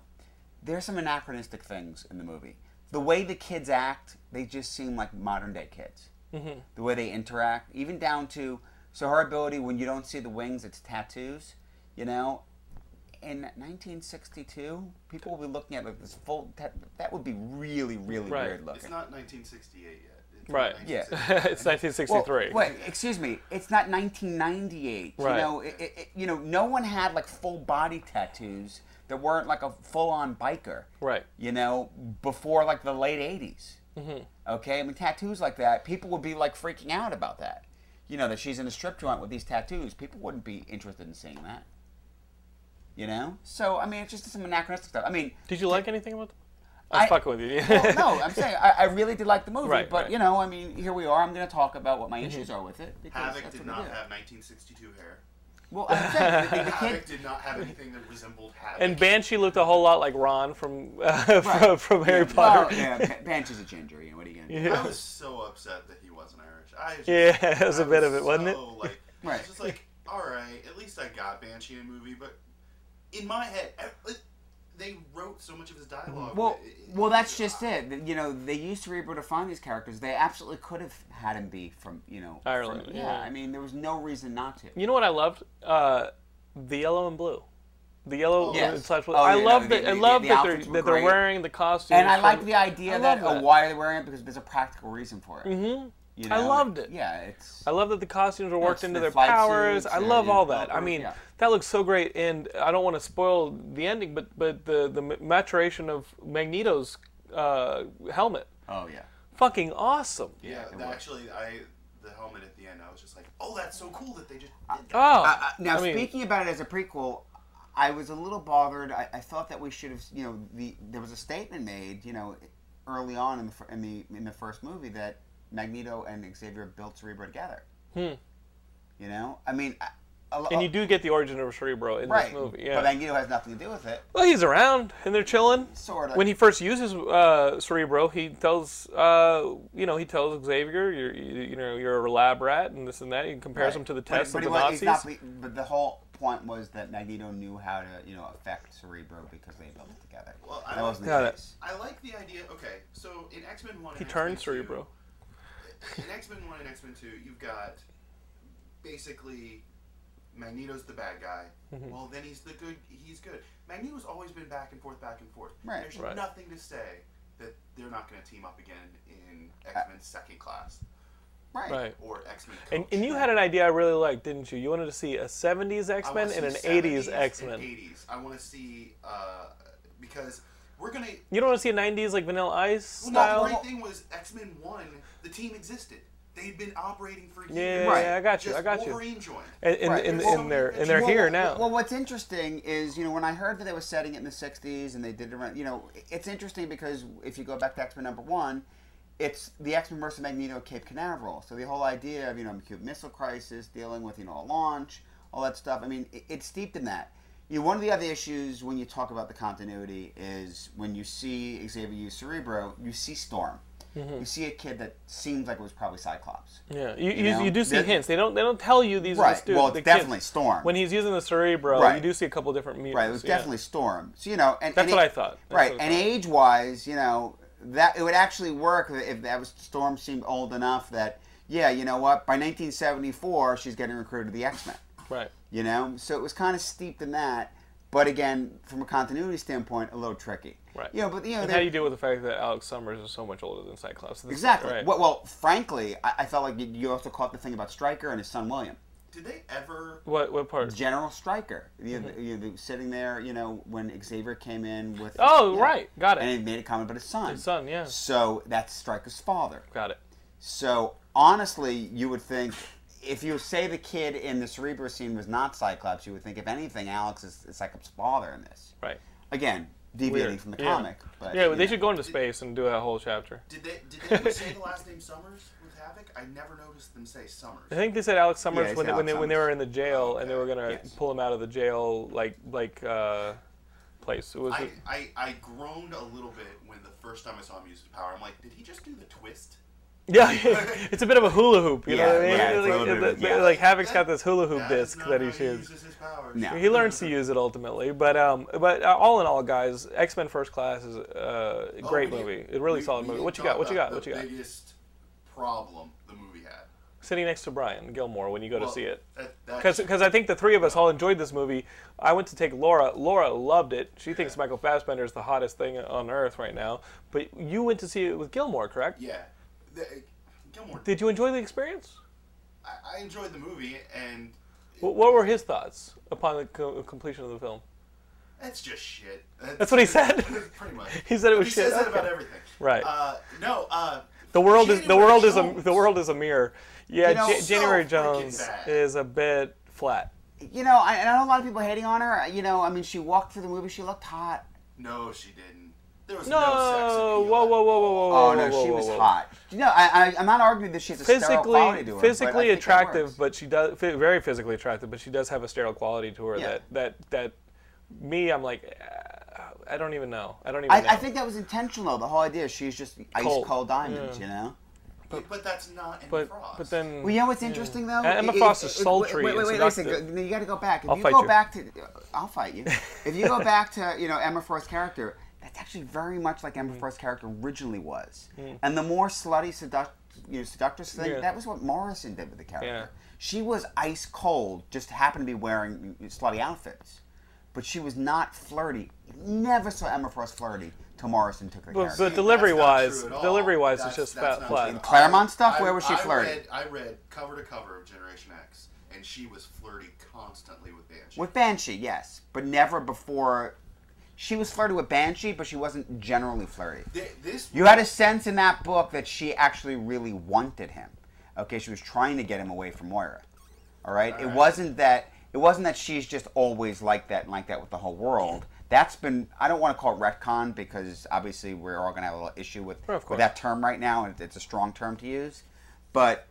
[SPEAKER 2] there's some anachronistic things in the movie the way the kids act they just seem like modern day kids mm-hmm. the way they interact even down to so her ability when you don't see the wings it's tattoos you know in 1962 people will be looking at it as full that, that would be really really
[SPEAKER 1] Right.
[SPEAKER 2] weird looking
[SPEAKER 3] It's not 1968 yet. It's
[SPEAKER 1] Right.
[SPEAKER 2] Yeah.
[SPEAKER 3] 1968.
[SPEAKER 1] it's 1963.
[SPEAKER 2] Well, wait, excuse me. It's not 1998.
[SPEAKER 1] Right.
[SPEAKER 2] You know, it, it, it- you know, no one had like full body tattoos that weren't like a full-on biker.
[SPEAKER 1] Right.
[SPEAKER 2] You know, before like the late 80s. Mm-hmm. Okay, I mean tattoos like that, people would be like freaking out about that. You know that she's in a strip joint with these tattoos. People wouldn't be interested in seeing that. You know, so I mean, it's just some anachronistic stuff. I mean,
[SPEAKER 1] Did you like anything about? The- I'm
[SPEAKER 2] I-
[SPEAKER 1] fucking with you.
[SPEAKER 2] well, no, I'm saying I, I really did like the movie,
[SPEAKER 1] Right,
[SPEAKER 2] but
[SPEAKER 1] right.
[SPEAKER 2] you know, I mean, here we are. I'm going to talk about what my issues are with it. because
[SPEAKER 3] Havoc
[SPEAKER 2] that's
[SPEAKER 3] did
[SPEAKER 2] what we
[SPEAKER 3] not
[SPEAKER 2] do.
[SPEAKER 3] have 1962 hair.
[SPEAKER 2] Well, I'm saying the, the, the
[SPEAKER 3] Havoc
[SPEAKER 2] kid.
[SPEAKER 3] did not have anything that resembled Havoc.
[SPEAKER 1] and Banshee looked a whole lot like Ron from uh, from, from Harry Potter.
[SPEAKER 2] Well, yeah, Ba- Banshee's a ginger. You know, what are you going to do?
[SPEAKER 3] I was so upset that he wasn't Irish. I was just,
[SPEAKER 1] Yeah, it was a
[SPEAKER 3] I
[SPEAKER 1] bit of it, wasn't it?
[SPEAKER 3] so, Like,
[SPEAKER 2] Right.
[SPEAKER 3] It's just like, all right, at least I got Banshee in a movie, but in my head, e- like, they wrote so much of his dialogue.
[SPEAKER 2] Mm-hmm. Well,
[SPEAKER 3] i- i-
[SPEAKER 2] well, that's just it. You know, they used Cerebro to find these characters. They absolutely could have had him be from, you know, from-
[SPEAKER 1] Ireland,
[SPEAKER 2] yeah,
[SPEAKER 1] yeah.
[SPEAKER 2] I mean, there was no reason not to.
[SPEAKER 1] You know what I loved? Uh, the yellow and blue. The yellow
[SPEAKER 2] Yes.
[SPEAKER 1] slash blue.
[SPEAKER 2] Oh,
[SPEAKER 1] I
[SPEAKER 2] yeah,
[SPEAKER 1] love
[SPEAKER 2] no,
[SPEAKER 1] that.
[SPEAKER 2] the-
[SPEAKER 1] I
[SPEAKER 2] the-
[SPEAKER 1] love
[SPEAKER 2] the
[SPEAKER 1] that they're
[SPEAKER 2] outfits were
[SPEAKER 1] that they're
[SPEAKER 2] great.
[SPEAKER 1] wearing the costumes.
[SPEAKER 2] and I
[SPEAKER 1] from-
[SPEAKER 2] like the idea
[SPEAKER 1] I
[SPEAKER 2] that,
[SPEAKER 1] love
[SPEAKER 2] uh, why are they wearing it because there's a practical reason for it. Mm-hmm. You know?
[SPEAKER 1] I loved it.
[SPEAKER 2] Yeah, it's.
[SPEAKER 1] I love that the costumes were worked
[SPEAKER 2] Yes,
[SPEAKER 1] into
[SPEAKER 2] the
[SPEAKER 1] their
[SPEAKER 2] flight
[SPEAKER 1] powers.
[SPEAKER 2] suits
[SPEAKER 1] I
[SPEAKER 2] and-
[SPEAKER 1] love
[SPEAKER 2] and
[SPEAKER 1] all that. I
[SPEAKER 2] helpers,
[SPEAKER 1] mean,
[SPEAKER 2] yeah.
[SPEAKER 1] that looks so great, and I don't want to spoil the ending, but but the the ma- maturation of Magneto's uh, helmet,
[SPEAKER 2] oh yeah.
[SPEAKER 1] fucking awesome.
[SPEAKER 3] yeah, that actually, I the helmet at the end, I was just like, oh, that's so cool that they just did that.
[SPEAKER 1] Oh,
[SPEAKER 2] Uh, now,
[SPEAKER 1] I mean-
[SPEAKER 2] speaking about it as a prequel, I was a little bothered. I, I thought that we should have, you know, the there was a statement made, you know, early on in the fir- in the in the first movie that Magneto and Xavier built Cerebro together. Hmm. You know, I mean, I, a, lo-
[SPEAKER 1] and you do get the origin of Cerebro in
[SPEAKER 2] oh. right,
[SPEAKER 1] this movie. Yeah.
[SPEAKER 2] but Magneto has nothing to do with it.
[SPEAKER 1] Well, he's around and they're chilling.
[SPEAKER 2] Sorta.
[SPEAKER 1] When he first uses uh, Cerebro, he tells uh, you know he tells Xavier, you're, you, you know you're a lab rat and this and that. He compares him to the
[SPEAKER 2] But-
[SPEAKER 1] tests
[SPEAKER 2] but
[SPEAKER 1] of
[SPEAKER 2] he
[SPEAKER 1] the
[SPEAKER 2] wa-
[SPEAKER 1] Nazis.
[SPEAKER 2] he's not be- but the whole point was that Magneto knew how to, you know, affect Cerebro because they built it together.
[SPEAKER 3] Well,
[SPEAKER 2] that
[SPEAKER 3] I don't-
[SPEAKER 2] wasn't
[SPEAKER 1] Got
[SPEAKER 2] the
[SPEAKER 1] it.
[SPEAKER 2] case.
[SPEAKER 3] I like the idea. Okay, so in X Men One,
[SPEAKER 1] he turns Cerebro.
[SPEAKER 3] in X Men One and X Men Two, you've got basically Magneto's the bad guy.
[SPEAKER 1] Mm-hmm.
[SPEAKER 3] Well, then he's the good. He's good. Magneto's always been back and forth, back and forth.
[SPEAKER 2] Right.
[SPEAKER 3] There's
[SPEAKER 1] Right.
[SPEAKER 3] nothing to say that they're not going to team up again in X Men Second Class
[SPEAKER 1] Right.
[SPEAKER 3] or X Men.
[SPEAKER 1] And, and you had an idea I really liked, didn't you? You wanted to see a 70s X Men and an 80s X Men.
[SPEAKER 3] 80s. I want to see uh, because we're gonna.
[SPEAKER 1] You don't want to see a 90s like Vanilla Ice
[SPEAKER 3] Well,
[SPEAKER 1] style?
[SPEAKER 3] no, the great thing was X Men One. The team existed. They'd been operating for
[SPEAKER 1] yeah,
[SPEAKER 3] years.
[SPEAKER 2] Right.
[SPEAKER 1] yeah, I got you.
[SPEAKER 3] Just
[SPEAKER 1] I got you.
[SPEAKER 3] Wolverine joined.
[SPEAKER 1] And, and,
[SPEAKER 2] Right.
[SPEAKER 1] and,
[SPEAKER 3] Well,
[SPEAKER 1] and they're and
[SPEAKER 3] it's-
[SPEAKER 1] they're
[SPEAKER 3] well,
[SPEAKER 1] here
[SPEAKER 3] well,
[SPEAKER 1] now.
[SPEAKER 2] Well, what's interesting is, you know, when I heard that they were setting it in the 60s and they did it around, you know, it's interesting because if you go back to X Men number one, it's the X Men versus Magneto Cape Canaveral. So the whole idea of, you know, Cuban Missile Crisis, dealing with, you know, a launch, all that stuff, I mean, it, it's steeped in that. You know, one of the other issues when you talk about the continuity is when you see Xavier use Cerebro, you see Storm. You see a kid that seems like it was probably Cyclops.
[SPEAKER 1] Mm-hmm. yeah, you, you,
[SPEAKER 2] you know,
[SPEAKER 1] you do see
[SPEAKER 2] they're-
[SPEAKER 1] hints. They don't they don't tell you these are the
[SPEAKER 2] Right.
[SPEAKER 1] students.
[SPEAKER 2] Well,
[SPEAKER 1] the
[SPEAKER 2] it's
[SPEAKER 1] kids.
[SPEAKER 2] definitely Storm.
[SPEAKER 1] When he's using the cerebro, you
[SPEAKER 2] Right.
[SPEAKER 1] do see a couple different mutants.
[SPEAKER 2] Right, it was
[SPEAKER 1] yeah.
[SPEAKER 2] definitely Storm. So you know, and
[SPEAKER 1] That's
[SPEAKER 2] and
[SPEAKER 1] what
[SPEAKER 2] it-
[SPEAKER 1] I thought. That's
[SPEAKER 2] right,
[SPEAKER 1] what I
[SPEAKER 2] and
[SPEAKER 1] thought.
[SPEAKER 2] age wise, you know, that it would actually work if that was Storm seemed old enough that yeah, you know what? By 1974, she's getting recruited to the X Men.
[SPEAKER 1] Right.
[SPEAKER 2] You know, so it was kind of steeped in that, but again, from a continuity standpoint, a little tricky.
[SPEAKER 1] Right.
[SPEAKER 2] You know, but you know,
[SPEAKER 1] And
[SPEAKER 2] they-
[SPEAKER 1] how do you deal with the fact that Alex Summers is so much older than Cyclops? This-
[SPEAKER 2] exactly.
[SPEAKER 1] Right.
[SPEAKER 2] Well, well, frankly, I, I felt like you- you also caught the thing about Stryker and his son William.
[SPEAKER 3] Did they ever?
[SPEAKER 1] what what part?
[SPEAKER 2] General Stryker, you know,
[SPEAKER 1] Mm-hmm.
[SPEAKER 2] you know, sitting there, you know, when Xavier came in with.
[SPEAKER 1] Oh,
[SPEAKER 2] you
[SPEAKER 1] right. Got it.
[SPEAKER 2] And he made a comment about his son.
[SPEAKER 1] His son, yeah.
[SPEAKER 2] So that's Stryker's father.
[SPEAKER 1] Got it.
[SPEAKER 2] So honestly, you would think if you say the kid in the Cerebro scene was not Cyclops, you would think if anything, Alex is, is Cyclops' father in this.
[SPEAKER 1] Right.
[SPEAKER 2] Again, deviating
[SPEAKER 1] Weird.
[SPEAKER 2] from the
[SPEAKER 1] Yeah.
[SPEAKER 2] comic. But,
[SPEAKER 1] yeah,
[SPEAKER 2] you
[SPEAKER 1] well, they
[SPEAKER 2] know.
[SPEAKER 1] should go into space and do that whole chapter.
[SPEAKER 3] Did they? Did they ever say the last name Summers with Havoc? I never noticed them say Summers.
[SPEAKER 1] I think they said Alex Summers
[SPEAKER 2] they
[SPEAKER 1] when,
[SPEAKER 2] said
[SPEAKER 1] they, when,
[SPEAKER 2] Alex
[SPEAKER 1] they, when they
[SPEAKER 2] Summers.
[SPEAKER 1] were in the jail and they were gonna
[SPEAKER 2] Yes.
[SPEAKER 1] pull him out of the jail like like uh, place. It was
[SPEAKER 3] I, I, I groaned a little bit when the first time I saw him use his power. I'm like, did he just do the twist?
[SPEAKER 1] yeah, it's a bit of a hula hoop. You know
[SPEAKER 2] Yeah,
[SPEAKER 1] what I mean?
[SPEAKER 2] yeah, it's a
[SPEAKER 1] like,
[SPEAKER 2] little bit of-
[SPEAKER 1] the-
[SPEAKER 2] yeah.
[SPEAKER 1] like, Havoc's got this hula hoop
[SPEAKER 3] That is
[SPEAKER 1] disc
[SPEAKER 3] not
[SPEAKER 1] that
[SPEAKER 3] how
[SPEAKER 1] he shoots.
[SPEAKER 3] uses his powers.
[SPEAKER 2] No.
[SPEAKER 1] He learns to use it ultimately, but um, but uh, all in all, guys, X Men First Class is uh, a
[SPEAKER 3] Oh,
[SPEAKER 1] great
[SPEAKER 3] we didn't-
[SPEAKER 1] movie. A really
[SPEAKER 3] we-
[SPEAKER 1] solid
[SPEAKER 3] we
[SPEAKER 1] movie.
[SPEAKER 3] didn't
[SPEAKER 1] What you
[SPEAKER 3] talk
[SPEAKER 1] got? What you
[SPEAKER 3] about
[SPEAKER 1] got? What you
[SPEAKER 3] The uh,
[SPEAKER 1] got?
[SPEAKER 3] biggest problem the movie had.
[SPEAKER 1] Sitting next to Brian Gilmore when you go to
[SPEAKER 3] Well, uh,
[SPEAKER 1] see it.
[SPEAKER 3] that- that's-
[SPEAKER 1] Because I think the three of us all enjoyed this movie. I went to take Laura. Laura loved it. She thinks Michael Fassbender is the hottest thing on earth right now. But you went to see it with Gilmore, correct?
[SPEAKER 3] yeah. The- Gilmore,
[SPEAKER 1] Did you enjoy the experience?
[SPEAKER 3] I, I enjoyed the movie, and
[SPEAKER 1] Wh- What were his thoughts upon the co- completion of the film?
[SPEAKER 3] That's just shit.
[SPEAKER 1] That's what he said?
[SPEAKER 3] Pretty much.
[SPEAKER 1] He said it was shit.
[SPEAKER 3] He says that
[SPEAKER 1] Okay.
[SPEAKER 3] about everything.
[SPEAKER 1] Right.
[SPEAKER 3] Uh, no. Uh,
[SPEAKER 1] The world is the
[SPEAKER 3] January
[SPEAKER 1] world is a
[SPEAKER 3] Jones.
[SPEAKER 1] the world is a mirror. Yeah,
[SPEAKER 2] You know,
[SPEAKER 1] Ja-
[SPEAKER 2] so
[SPEAKER 1] January
[SPEAKER 3] freaking
[SPEAKER 1] Jones
[SPEAKER 3] bad.
[SPEAKER 1] is a bit flat.
[SPEAKER 2] You know, I, and I know a lot of people hating on her. You know, I mean, she walked through the movie, she looked hot.
[SPEAKER 3] No, she didn't. There was
[SPEAKER 1] No,
[SPEAKER 3] no, sex
[SPEAKER 1] whoa,
[SPEAKER 3] appeal.
[SPEAKER 1] whoa, whoa, whoa, whoa, whoa.
[SPEAKER 2] Oh, no,
[SPEAKER 1] whoa,
[SPEAKER 2] she
[SPEAKER 1] whoa,
[SPEAKER 2] was
[SPEAKER 1] whoa.
[SPEAKER 2] hot. You know, I, I, I'm not arguing that she has a sterile
[SPEAKER 1] Physically,
[SPEAKER 2] quality to her. but I
[SPEAKER 1] physically
[SPEAKER 2] think it
[SPEAKER 1] attractive,
[SPEAKER 2] works.
[SPEAKER 1] but she does phy- very physically attractive, but she does have a sterile quality to her
[SPEAKER 2] Yeah.
[SPEAKER 1] that that that me, I'm like, uh, I don't even know. I don't even know.
[SPEAKER 2] I, I think that was intentional. The whole idea, she's just ice
[SPEAKER 1] Cold.
[SPEAKER 2] cold diamonds, you know.
[SPEAKER 3] But, that's not Emma
[SPEAKER 1] But
[SPEAKER 3] Frost.
[SPEAKER 1] but then
[SPEAKER 2] Well, you know what's interesting though?
[SPEAKER 1] And Emma
[SPEAKER 2] It- it-
[SPEAKER 1] Frost
[SPEAKER 2] it-
[SPEAKER 1] is
[SPEAKER 2] it-
[SPEAKER 1] sultry
[SPEAKER 2] Wait, wait,
[SPEAKER 1] and
[SPEAKER 2] wait, wait a second.
[SPEAKER 1] seductive.
[SPEAKER 2] You got to go back. If
[SPEAKER 1] I'll
[SPEAKER 2] you
[SPEAKER 1] fight
[SPEAKER 2] go
[SPEAKER 1] you.
[SPEAKER 2] back to, I'll fight you. if you go back to, you know, Emma Frost's character, that's actually very much like
[SPEAKER 1] Mm.
[SPEAKER 2] Emma Frost's character originally was. And the more slutty, seduct, you know, seductress thing,
[SPEAKER 1] Yeah.
[SPEAKER 2] that was what Morrison did with the character.
[SPEAKER 1] Yeah.
[SPEAKER 2] She was ice cold, just happened to be wearing slutty outfits, but she was not flirty. Never saw Emma Frost flirty till Morrison took her
[SPEAKER 1] but
[SPEAKER 2] character.
[SPEAKER 1] the
[SPEAKER 3] That's
[SPEAKER 1] delivery
[SPEAKER 3] not
[SPEAKER 1] wise,
[SPEAKER 3] true at all.
[SPEAKER 1] delivery wise, it's
[SPEAKER 3] That's-
[SPEAKER 1] just
[SPEAKER 3] that's
[SPEAKER 1] fat
[SPEAKER 3] not
[SPEAKER 1] flat.
[SPEAKER 3] true at all.
[SPEAKER 2] Claremont stuff?
[SPEAKER 3] I-
[SPEAKER 2] Where was she
[SPEAKER 3] I
[SPEAKER 2] flirting?
[SPEAKER 3] read- I read cover to cover of Generation X, and she was flirty constantly with Banshee.
[SPEAKER 2] With Banshee, yes, but never before. She was flirty with Banshee, but she wasn't generally flirty.
[SPEAKER 3] Th- this
[SPEAKER 2] You had a sense in that book that she actually really wanted him. Okay, she was trying to get him away from Moira. All right, it wasn't that. It wasn't that she's just always like that and like that with the whole world. That's been. I don't want to call it retcon because obviously we're all going to have a little issue with,
[SPEAKER 1] Of course.
[SPEAKER 2] with that term right now, and it's a strong term to use. But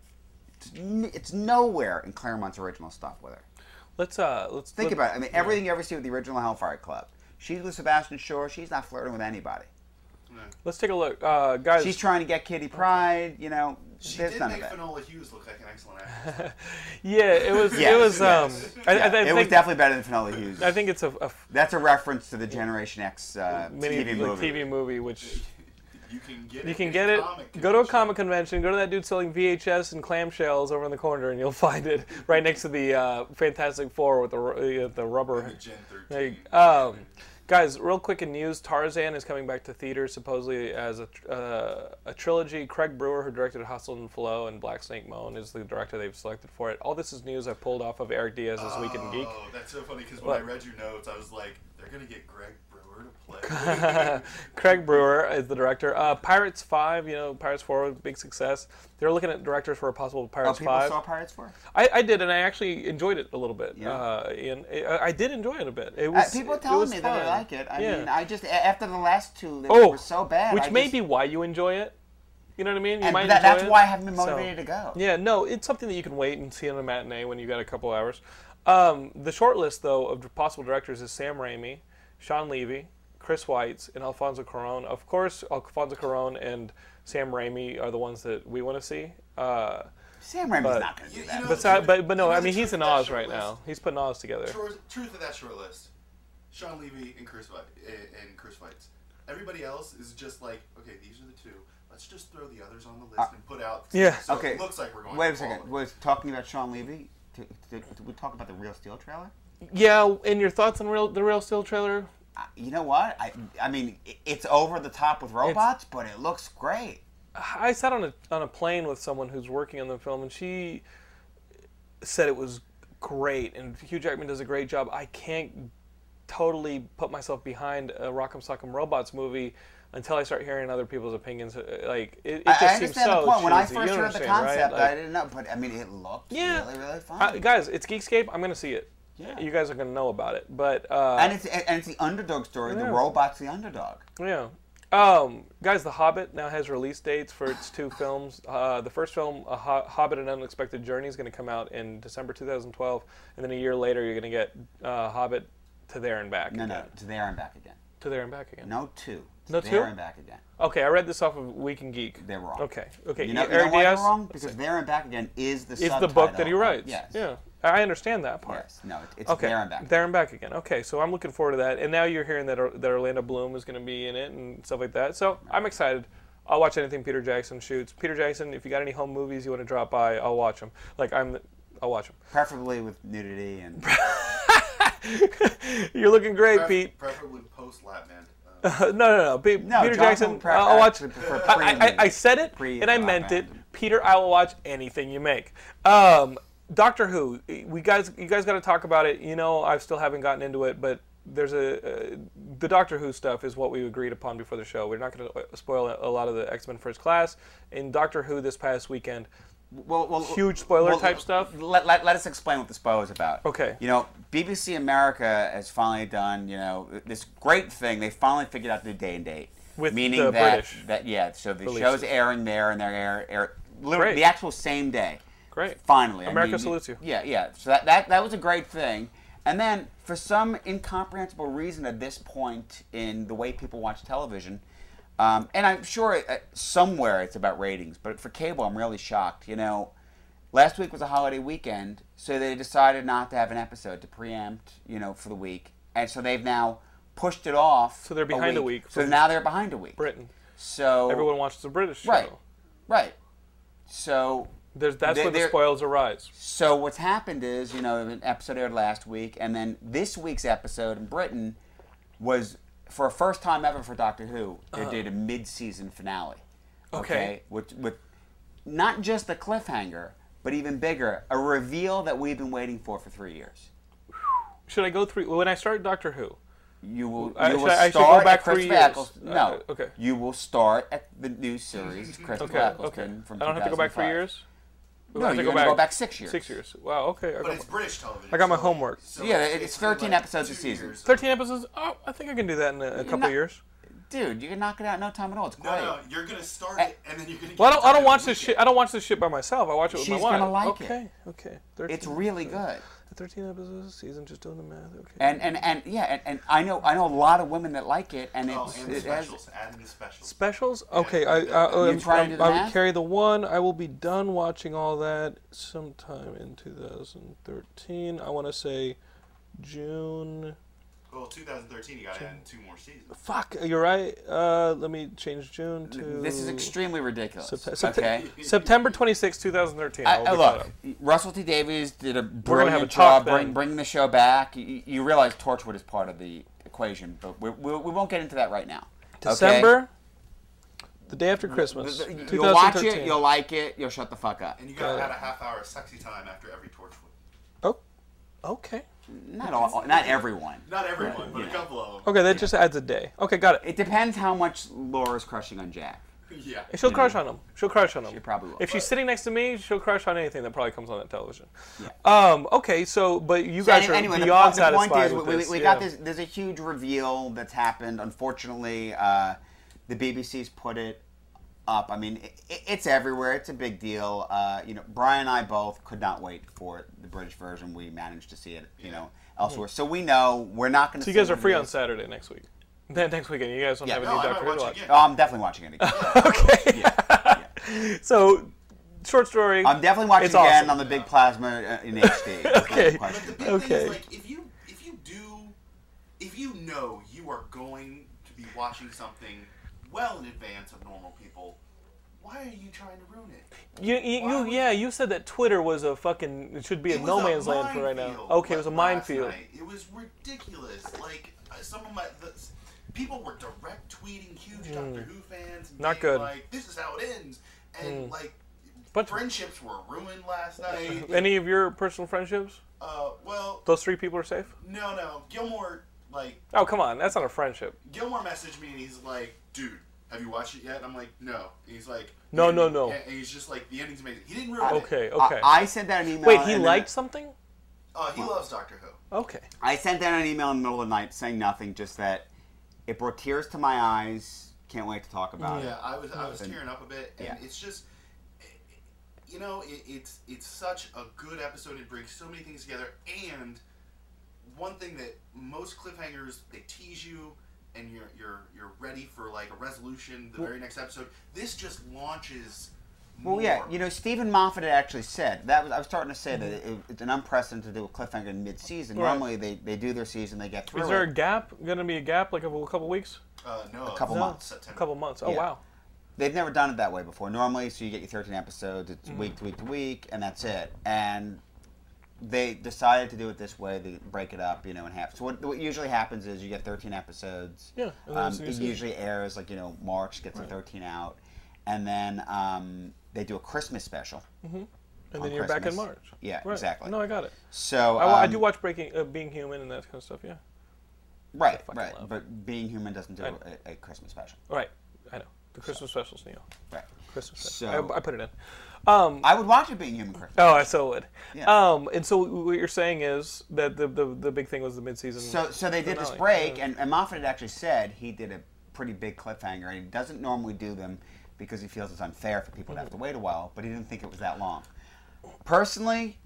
[SPEAKER 2] it's n- it's nowhere in Claremont's original stuff with her.
[SPEAKER 1] Let's uh let's
[SPEAKER 2] Think
[SPEAKER 1] let-
[SPEAKER 2] about it. I mean, everything you ever see with the original Hellfire Club. She's with Sebastian Shore. She's not flirting with anybody.
[SPEAKER 1] Let's take a look, uh, guys.
[SPEAKER 2] She's trying to get Kitty Pride. You know,
[SPEAKER 3] she
[SPEAKER 2] there's
[SPEAKER 3] did
[SPEAKER 2] none of
[SPEAKER 3] make
[SPEAKER 2] that.
[SPEAKER 3] Finola Hughes look like an excellent actress.
[SPEAKER 1] yeah, it was
[SPEAKER 2] Yes,
[SPEAKER 1] it was um
[SPEAKER 2] yes.
[SPEAKER 1] I, I, I
[SPEAKER 2] Yeah, it
[SPEAKER 1] think
[SPEAKER 2] was definitely better than Finola Hughes.
[SPEAKER 1] I think it's a, a
[SPEAKER 2] That's a reference to the Generation X uh,
[SPEAKER 1] mini like,
[SPEAKER 2] TV movie.
[SPEAKER 1] TV movie which
[SPEAKER 3] you can get it.
[SPEAKER 1] You can
[SPEAKER 3] at
[SPEAKER 1] get it. Go to
[SPEAKER 3] comic
[SPEAKER 1] a
[SPEAKER 3] convention.
[SPEAKER 1] comic convention. Go to that dude selling VHS and clamshells over in the corner, and you'll find it right next to the uh, Fantastic Four with the ru- uh, the rubber.
[SPEAKER 3] Gen
[SPEAKER 1] There you-
[SPEAKER 3] 13.
[SPEAKER 1] Um, guys, real quick in news, Tarzan is coming back to theaters supposedly as a, tr- uh, a trilogy. Craig Brewer, who directed Hustle and Flow and Black Snake Moan, is the director they've selected for it. All this is news I pulled off of Eric Diaz's Week in Geek.
[SPEAKER 3] Oh, that's so funny because when I read your notes, I was like, they're gonna get Greg Brewer to play.
[SPEAKER 1] Craig Brewer is the director. Uh, Pirates Five, you know, Pirates Four, was a big success. They're looking at directors for a possible
[SPEAKER 2] Oh,
[SPEAKER 1] Pirates
[SPEAKER 2] people
[SPEAKER 1] Five.
[SPEAKER 2] saw Pirates for.
[SPEAKER 1] I, I did, and I actually enjoyed it a little bit.
[SPEAKER 2] Yeah.
[SPEAKER 1] Uh, and I, I did enjoy it a bit. It
[SPEAKER 2] Uh,
[SPEAKER 1] was
[SPEAKER 2] people
[SPEAKER 1] it- it
[SPEAKER 2] telling
[SPEAKER 1] was
[SPEAKER 2] me that
[SPEAKER 1] fun.
[SPEAKER 2] they like it. I
[SPEAKER 1] Yeah.
[SPEAKER 2] mean, I just a- after the last two, they
[SPEAKER 1] oh,
[SPEAKER 2] were so bad.
[SPEAKER 1] Which
[SPEAKER 2] I
[SPEAKER 1] may
[SPEAKER 2] just-
[SPEAKER 1] be why you enjoy it. You know what I mean? You
[SPEAKER 2] and
[SPEAKER 1] might
[SPEAKER 2] that,
[SPEAKER 1] enjoy
[SPEAKER 2] that's
[SPEAKER 1] it.
[SPEAKER 2] why I haven't been
[SPEAKER 1] So-
[SPEAKER 2] motivated to go.
[SPEAKER 1] Yeah, no, it's something that you can wait and see in a matinee when you got a couple hours. Um, the short list, though, of possible directors is Sam Raimi, Sean Levy, Chris Weitz, and Alfonso Cuarón. Of course, Alfonso Cuarón and Sam Raimi are the ones that we want to see. Uh,
[SPEAKER 2] Sam Raimi's not going to do
[SPEAKER 3] you
[SPEAKER 2] that.
[SPEAKER 3] know-
[SPEAKER 1] but, so- but but
[SPEAKER 3] You
[SPEAKER 1] no,
[SPEAKER 3] know
[SPEAKER 1] I
[SPEAKER 3] the
[SPEAKER 1] mean he's
[SPEAKER 3] truth
[SPEAKER 1] in
[SPEAKER 3] of that
[SPEAKER 1] Oz
[SPEAKER 3] short
[SPEAKER 1] right
[SPEAKER 3] list?
[SPEAKER 1] now. He's putting Oz together.
[SPEAKER 3] Truth truth of that short list: Sean Levy and Chris White and Chris White's. Everybody else is just like, okay, these are the two. Let's just throw the others on the list and put out.
[SPEAKER 1] yeah.
[SPEAKER 3] So
[SPEAKER 2] Uh, okay.
[SPEAKER 3] It looks like we're going.
[SPEAKER 2] Wait a
[SPEAKER 3] to
[SPEAKER 2] second.
[SPEAKER 3] follow it.
[SPEAKER 2] Was talking about Sean Levy? Did, did, did we talk about the Real Steel trailer?
[SPEAKER 1] Yeah, and your thoughts on real the Real Steel trailer?
[SPEAKER 2] I- You know what? I I mean, i- it's over the top with robots, but it looks great.
[SPEAKER 1] I sat on a on a plane with someone who's working on the film, and she said it was great, and Hugh Jackman does a great job. I can't totally put myself behind a Rock'em Sock'em Robots movie until I start hearing other people's opinions. Uh, Like it, it
[SPEAKER 2] I,
[SPEAKER 1] just
[SPEAKER 2] I
[SPEAKER 1] seems
[SPEAKER 2] understand
[SPEAKER 1] so
[SPEAKER 2] the point. When I
[SPEAKER 1] cheesy. You
[SPEAKER 2] first heard the
[SPEAKER 1] understand,
[SPEAKER 2] concept,
[SPEAKER 1] right? Like-
[SPEAKER 2] I didn't know, but I mean, it looked
[SPEAKER 1] yeah,
[SPEAKER 2] really, really fun.
[SPEAKER 1] Uh, guys, it's Geekscape. I'm gonna see it.
[SPEAKER 2] Yeah.
[SPEAKER 1] You guys are gonna know about it, but uh,
[SPEAKER 2] and it's and it's the underdog story. The robot's the underdog.
[SPEAKER 1] Yeah. Um, guys, The Hobbit now has release dates for its two films. Uh, the first film, A Ho- Hobbit and Unexpected Journey, is going to come out in December 2012, and then a year later, you're going to get uh, Hobbit to there and back.
[SPEAKER 2] No, no,
[SPEAKER 1] again.
[SPEAKER 2] it's there and back again.
[SPEAKER 1] To there and back again.
[SPEAKER 2] No two. It's
[SPEAKER 1] No
[SPEAKER 2] there
[SPEAKER 1] two?
[SPEAKER 2] and back again.
[SPEAKER 1] Okay, I read this off of Week in Geek.
[SPEAKER 2] They're wrong.
[SPEAKER 1] Okay. Okay. E-
[SPEAKER 2] You know, you know
[SPEAKER 1] Eric
[SPEAKER 2] why they're
[SPEAKER 1] Diaz
[SPEAKER 2] wrong? Because there and back again is the
[SPEAKER 1] is the
[SPEAKER 2] subtitle
[SPEAKER 1] book that he
[SPEAKER 2] of-
[SPEAKER 1] writes.
[SPEAKER 2] Yes.
[SPEAKER 1] Yeah. I understand that part.
[SPEAKER 2] Yes. No, it- it's
[SPEAKER 1] Okay.
[SPEAKER 2] there and back.
[SPEAKER 1] There and back again. Okay, so I'm looking forward to that. And now you're hearing that, Or- that Orlando Bloom is going to be in it and stuff like that. So I'm excited. I'll watch anything Peter Jackson shoots. Peter Jackson, if you got any home movies you want to drop by, I'll watch them. Like I'm, the, I'll watch them.
[SPEAKER 2] Preferably with nudity and
[SPEAKER 1] You're looking great,
[SPEAKER 3] Pref-
[SPEAKER 1] Pete.
[SPEAKER 3] Preferably post Lapman.
[SPEAKER 1] no,
[SPEAKER 3] Uh,
[SPEAKER 1] no, no. Pe-
[SPEAKER 2] no.
[SPEAKER 1] Peter
[SPEAKER 2] John
[SPEAKER 1] Jackson.
[SPEAKER 2] would pre-
[SPEAKER 1] I'll watch.
[SPEAKER 2] actually prefer
[SPEAKER 1] I, I, I
[SPEAKER 2] pre-nudity.
[SPEAKER 1] said it
[SPEAKER 2] Pre-
[SPEAKER 1] and I
[SPEAKER 2] Black
[SPEAKER 1] meant it.
[SPEAKER 2] Adam.
[SPEAKER 1] Peter, I will watch anything you make. Um, Doctor Who, we guys, you guys got to talk about it. You know, I still haven't gotten into it, but there's a uh, the Doctor Who stuff is what we agreed upon before the show. We're not going to spoil a lot of the X Men First Class in Doctor Who this past weekend.
[SPEAKER 2] well, well,
[SPEAKER 1] Huge spoiler type stuff?
[SPEAKER 2] Let, let, let us explain what the spoil is about.
[SPEAKER 1] Okay.
[SPEAKER 2] You know, BBC America has finally done you know this great thing. They finally figured out the day and date.
[SPEAKER 1] With
[SPEAKER 2] meaning
[SPEAKER 1] the
[SPEAKER 2] that,
[SPEAKER 1] British
[SPEAKER 2] that yeah, so the
[SPEAKER 1] releases.
[SPEAKER 2] show's airing there and they're air, air literally
[SPEAKER 1] Great.
[SPEAKER 2] the actual same day.
[SPEAKER 1] Great.
[SPEAKER 2] Finally,
[SPEAKER 1] America salutes you.
[SPEAKER 2] Yeah, yeah. So that, that that was a great thing. And then for some incomprehensible reason at this point in the way people watch television, Um, and I'm sure it, uh, somewhere it's about ratings, but for cable, I'm really shocked. You know, last week was a holiday weekend, so they decided not to have an episode to preempt, you know, for the week, and so they've now pushed it off.
[SPEAKER 1] So they're behind a week
[SPEAKER 2] So
[SPEAKER 1] from
[SPEAKER 2] now they're behind a week.
[SPEAKER 1] Britain.
[SPEAKER 2] So
[SPEAKER 1] Everyone watches the British show.
[SPEAKER 2] Oh. right, right. So
[SPEAKER 1] There's, that's
[SPEAKER 2] They-
[SPEAKER 1] where the
[SPEAKER 2] they're-
[SPEAKER 1] spoils arise.
[SPEAKER 2] so what's happened is, you know, an episode aired last week, and then this week's episode in Britain was for a first time ever for Doctor Who. They did a mid-season finale.
[SPEAKER 1] Uh-huh. Okay.
[SPEAKER 2] With with not just a cliffhanger, but even bigger, a reveal that we've been waiting for for three years.
[SPEAKER 1] Should I go through when I start Doctor Who?
[SPEAKER 2] You will. You
[SPEAKER 1] I
[SPEAKER 2] will
[SPEAKER 1] should- I should go
[SPEAKER 2] start
[SPEAKER 1] back
[SPEAKER 2] at
[SPEAKER 1] three
[SPEAKER 2] Christopher
[SPEAKER 1] years.
[SPEAKER 2] Eccleston.
[SPEAKER 1] Uh,
[SPEAKER 2] No.
[SPEAKER 1] okay.
[SPEAKER 2] You will start at the new series, Christopher
[SPEAKER 1] Okay, okay.
[SPEAKER 2] Eccleston. From
[SPEAKER 1] I don't have to go back three
[SPEAKER 2] 2005.
[SPEAKER 1] years.
[SPEAKER 2] No,
[SPEAKER 1] have to
[SPEAKER 2] you're
[SPEAKER 1] go
[SPEAKER 2] gonna go
[SPEAKER 1] back
[SPEAKER 2] back six years.
[SPEAKER 1] Six years. Wow. Okay. I
[SPEAKER 3] But
[SPEAKER 1] got
[SPEAKER 3] it's British television.
[SPEAKER 1] I got my
[SPEAKER 3] so-
[SPEAKER 1] homework.
[SPEAKER 3] so
[SPEAKER 2] Yeah, it's
[SPEAKER 3] basically
[SPEAKER 2] 13
[SPEAKER 3] like
[SPEAKER 2] episodes a
[SPEAKER 3] two
[SPEAKER 2] season.
[SPEAKER 3] years of-
[SPEAKER 1] Thirteen episodes. Oh, I think I can do that in a, a couple
[SPEAKER 2] not-
[SPEAKER 1] years.
[SPEAKER 2] Dude, you can knock it out in no time at all. It's great.
[SPEAKER 3] No, no, you're gonna start
[SPEAKER 2] Eh.
[SPEAKER 3] it, and then you're gonna.
[SPEAKER 1] Well, I
[SPEAKER 3] get
[SPEAKER 1] don't. I don't
[SPEAKER 3] done
[SPEAKER 1] watch
[SPEAKER 3] every
[SPEAKER 1] this
[SPEAKER 3] weekend.
[SPEAKER 1] shit. I don't watch this shit by myself. I watch it with
[SPEAKER 2] She's
[SPEAKER 1] my wife.
[SPEAKER 2] gonna like it.
[SPEAKER 1] okay. Okay. 13,
[SPEAKER 2] It's really good.
[SPEAKER 1] Thirteen episodes a season. Just doing the math. Okay.
[SPEAKER 2] And and and yeah, and, and I know I know a lot of women that like it, and
[SPEAKER 3] Oh,
[SPEAKER 2] it's
[SPEAKER 3] and the
[SPEAKER 2] it has,
[SPEAKER 3] specials. And the specials.
[SPEAKER 1] Specials? Okay, I, I, I'm,
[SPEAKER 2] trying to
[SPEAKER 1] I'm-
[SPEAKER 2] do the
[SPEAKER 1] I
[SPEAKER 2] math?
[SPEAKER 1] would carry the one. I will be done watching all that sometime in 2013. I want to say June.
[SPEAKER 3] Well, 2013, you gotta add two more seasons.
[SPEAKER 1] Fuck, you're right. Uh, let me change June to.
[SPEAKER 2] this is extremely ridiculous.
[SPEAKER 1] Sept- Sept-
[SPEAKER 2] okay.
[SPEAKER 1] September 26, 2013.
[SPEAKER 2] I,
[SPEAKER 1] will
[SPEAKER 2] I
[SPEAKER 1] be caught
[SPEAKER 2] look,
[SPEAKER 1] up.
[SPEAKER 2] Russell T Davies did a
[SPEAKER 1] gonna
[SPEAKER 2] brilliant
[SPEAKER 1] have a talk
[SPEAKER 2] job
[SPEAKER 1] then.
[SPEAKER 2] bring, bringing the show back. You, you realize Torchwood is part of the equation, but we, we, we won't get into that right now. okay?
[SPEAKER 1] December, the day after Christmas.
[SPEAKER 2] You'll watch
[SPEAKER 1] 2013.
[SPEAKER 2] it, you'll like it, you'll shut the fuck up.
[SPEAKER 3] And you gotta add a half hour of sexy time after every Torchwood.
[SPEAKER 1] Oh, okay.
[SPEAKER 2] Not all, not everyone.
[SPEAKER 3] Not everyone, but a couple of them.
[SPEAKER 1] Okay, that just adds a day. Okay, got it.
[SPEAKER 2] It depends how much Laura's crushing on Jack.
[SPEAKER 3] Yeah.
[SPEAKER 1] She'll crush on him. She'll crush on him. She
[SPEAKER 2] probably will.
[SPEAKER 1] If she's sitting next to me, she'll crush on anything that probably comes on that television. Um. Okay. So, but you guys
[SPEAKER 2] Any-
[SPEAKER 1] are
[SPEAKER 2] anyway, the
[SPEAKER 1] beyond
[SPEAKER 2] po- the,
[SPEAKER 1] satisfied
[SPEAKER 2] point is,
[SPEAKER 1] with
[SPEAKER 2] we,
[SPEAKER 1] this.
[SPEAKER 2] we, we
[SPEAKER 1] yeah.
[SPEAKER 2] got this. There's a huge reveal that's happened. Unfortunately, uh, the BBC's put it up. I mean, it, it's everywhere. It's a big deal. Uh, you know, Brian and I both could not wait for the British version. We managed to see it, you know, elsewhere. So we know we're not going to.
[SPEAKER 1] So you guys are free on Saturday next week. Then next weekend, you guys don't
[SPEAKER 2] Yeah.
[SPEAKER 1] have
[SPEAKER 3] No,
[SPEAKER 1] any
[SPEAKER 3] I might
[SPEAKER 1] Doctor Who to
[SPEAKER 3] watch
[SPEAKER 1] watch.
[SPEAKER 3] it again.
[SPEAKER 2] Oh, I'm definitely watching it again.
[SPEAKER 1] So, short story.
[SPEAKER 2] I'm definitely watching
[SPEAKER 1] It's
[SPEAKER 2] it again
[SPEAKER 1] awesome.
[SPEAKER 2] on the big plasma uh, in HD. There's no
[SPEAKER 1] Okay.
[SPEAKER 3] But the
[SPEAKER 2] question.
[SPEAKER 3] big thing
[SPEAKER 1] Okay.
[SPEAKER 3] is like if you if you do if you know you are going to be watching something well in advance of normal people, why are you trying to ruin it?
[SPEAKER 1] You, you,
[SPEAKER 3] Why
[SPEAKER 1] you,
[SPEAKER 3] would-
[SPEAKER 1] yeah, you said that Twitter was a fucking. It should be a
[SPEAKER 3] It was
[SPEAKER 1] no
[SPEAKER 3] a
[SPEAKER 1] man's land for right now.
[SPEAKER 3] minefield
[SPEAKER 1] Okay, it was a
[SPEAKER 3] last
[SPEAKER 1] minefield.
[SPEAKER 3] night. It was ridiculous. Like uh, some of my the, people were direct tweeting huge Doctor Who fans. and
[SPEAKER 1] Hmm. Not
[SPEAKER 3] being
[SPEAKER 1] good. Hmm.
[SPEAKER 3] Like this is how it ends, and like
[SPEAKER 1] But-
[SPEAKER 3] friendships were ruined last night.
[SPEAKER 1] Any of your personal friendships?
[SPEAKER 3] uh, well,
[SPEAKER 1] Those three people are safe.
[SPEAKER 3] no, no, Gilmore like
[SPEAKER 1] Oh come on, that's not a friendship.
[SPEAKER 3] Gilmore messaged me and he's like, dude, have you watched it yet? And I'm like, no. And he's like,
[SPEAKER 1] No,
[SPEAKER 3] "Yeah."
[SPEAKER 1] no, no.
[SPEAKER 3] And he's just like, the ending's amazing. He didn't ruin it.
[SPEAKER 1] Okay, okay.
[SPEAKER 2] I, I sent that an email.
[SPEAKER 1] Wait, he
[SPEAKER 2] and then-
[SPEAKER 1] liked something?
[SPEAKER 3] Uh, he loves Doctor Who.
[SPEAKER 1] Okay.
[SPEAKER 2] I sent out an email in the middle of the night saying nothing, just that it brought tears to my eyes. Can't wait to talk about
[SPEAKER 3] Yeah,
[SPEAKER 2] it.
[SPEAKER 3] I was I was tearing up a bit, and
[SPEAKER 2] Oh, Yeah.
[SPEAKER 3] it's just, you know, it, it's it's such a good episode. It brings so many things together, and one thing that most cliffhangers they tease you, and you're you're you're ready for like a resolution the very next episode. This just launches.
[SPEAKER 2] Well, yeah,
[SPEAKER 3] more.
[SPEAKER 2] you know, Stephen Moffat had actually said that was. I was starting to say that it, it's an unprecedented to do a cliffhanger in mid-season.
[SPEAKER 1] Right.
[SPEAKER 2] Normally, they, they do their season, they get through
[SPEAKER 1] Is there a
[SPEAKER 2] it.
[SPEAKER 1] gap? Gonna be a gap like of a couple weeks?
[SPEAKER 3] uh, no, a
[SPEAKER 2] couple months.
[SPEAKER 3] September.
[SPEAKER 1] A couple months. Oh
[SPEAKER 2] Yeah.
[SPEAKER 1] wow.
[SPEAKER 2] They've never done it that way before. Normally, so you get your 13 episodes, it's
[SPEAKER 1] Mm-hmm.
[SPEAKER 2] week to week to week, and that's it. And they decided to do it this way. They break it up, you know, in half. So what, what usually happens is you get 13 episodes.
[SPEAKER 1] Yeah, and then
[SPEAKER 2] Um,
[SPEAKER 1] it's a new
[SPEAKER 2] it
[SPEAKER 1] season.
[SPEAKER 2] usually airs like you know March gets the 13 out, and then um, they do a Christmas special.
[SPEAKER 1] Mm. And
[SPEAKER 2] on
[SPEAKER 1] then you're back in
[SPEAKER 2] Christmas.
[SPEAKER 1] March.
[SPEAKER 2] Yeah,
[SPEAKER 1] Right.
[SPEAKER 2] exactly.
[SPEAKER 1] No, I got it.
[SPEAKER 2] So
[SPEAKER 1] I, wa- I
[SPEAKER 2] um,
[SPEAKER 1] do watch Breaking, uh, Being Human, and that kind of stuff. Yeah.
[SPEAKER 2] Right,
[SPEAKER 1] fucking
[SPEAKER 2] right.
[SPEAKER 1] love.
[SPEAKER 2] But being human doesn't do
[SPEAKER 1] I
[SPEAKER 2] a,
[SPEAKER 1] know.
[SPEAKER 2] a Christmas special.
[SPEAKER 1] All right. I know the Christmas specials, Neil.
[SPEAKER 2] Right.
[SPEAKER 1] Christmas special.
[SPEAKER 2] So-
[SPEAKER 1] I, I put it in. Um,
[SPEAKER 2] I would watch it being human Christmas.
[SPEAKER 1] oh, I so would.
[SPEAKER 2] Yeah.
[SPEAKER 1] Um, and so what you're saying is that the the, the big thing was the midseason.
[SPEAKER 2] So, so they did this
[SPEAKER 1] finale.
[SPEAKER 2] break, and, and Moffat had actually said he did a pretty big cliffhanger, and he doesn't normally do them because he feels it's unfair for people to have to wait a while, but he didn't think it was that long. Personally,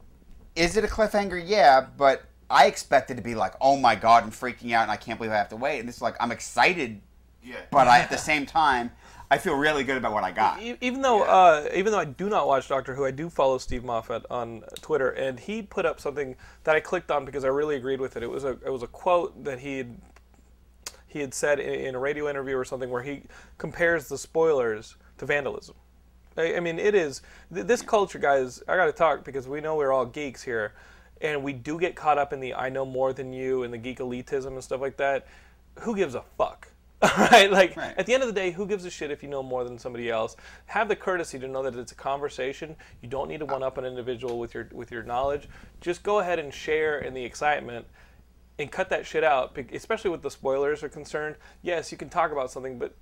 [SPEAKER 2] is it a cliffhanger? Yeah, but I expected to be like, oh my god, I'm freaking out, and I can't believe I have to wait. And it's like, I'm excited
[SPEAKER 3] Yeah.
[SPEAKER 2] But I, at the same time, I feel really good about what I got.
[SPEAKER 1] E- Even though, uh, even though I do not watch Doctor Who, I do follow Steve Moffat on Twitter, and he put up something that I clicked on because I really agreed with it. It was a, it was a quote that he had, he had said in, in a radio interview or something where he compares the spoilers to vandalism. I, I mean, it is th- this culture, guys. I got to talk because we know we're all geeks here, and we do get caught up in the "I know more than you" and the geek elitism and stuff like that. Who gives a fuck? right? Like
[SPEAKER 2] Right.
[SPEAKER 1] at the end of the day, who gives a shit if you know more than somebody else? Have the courtesy to know that it's a conversation. You don't need to one up an individual with your with your knowledge. Just go ahead and share in the excitement and cut that shit out, bec- especially with the spoilers are concerned. Yes, you can talk about something, but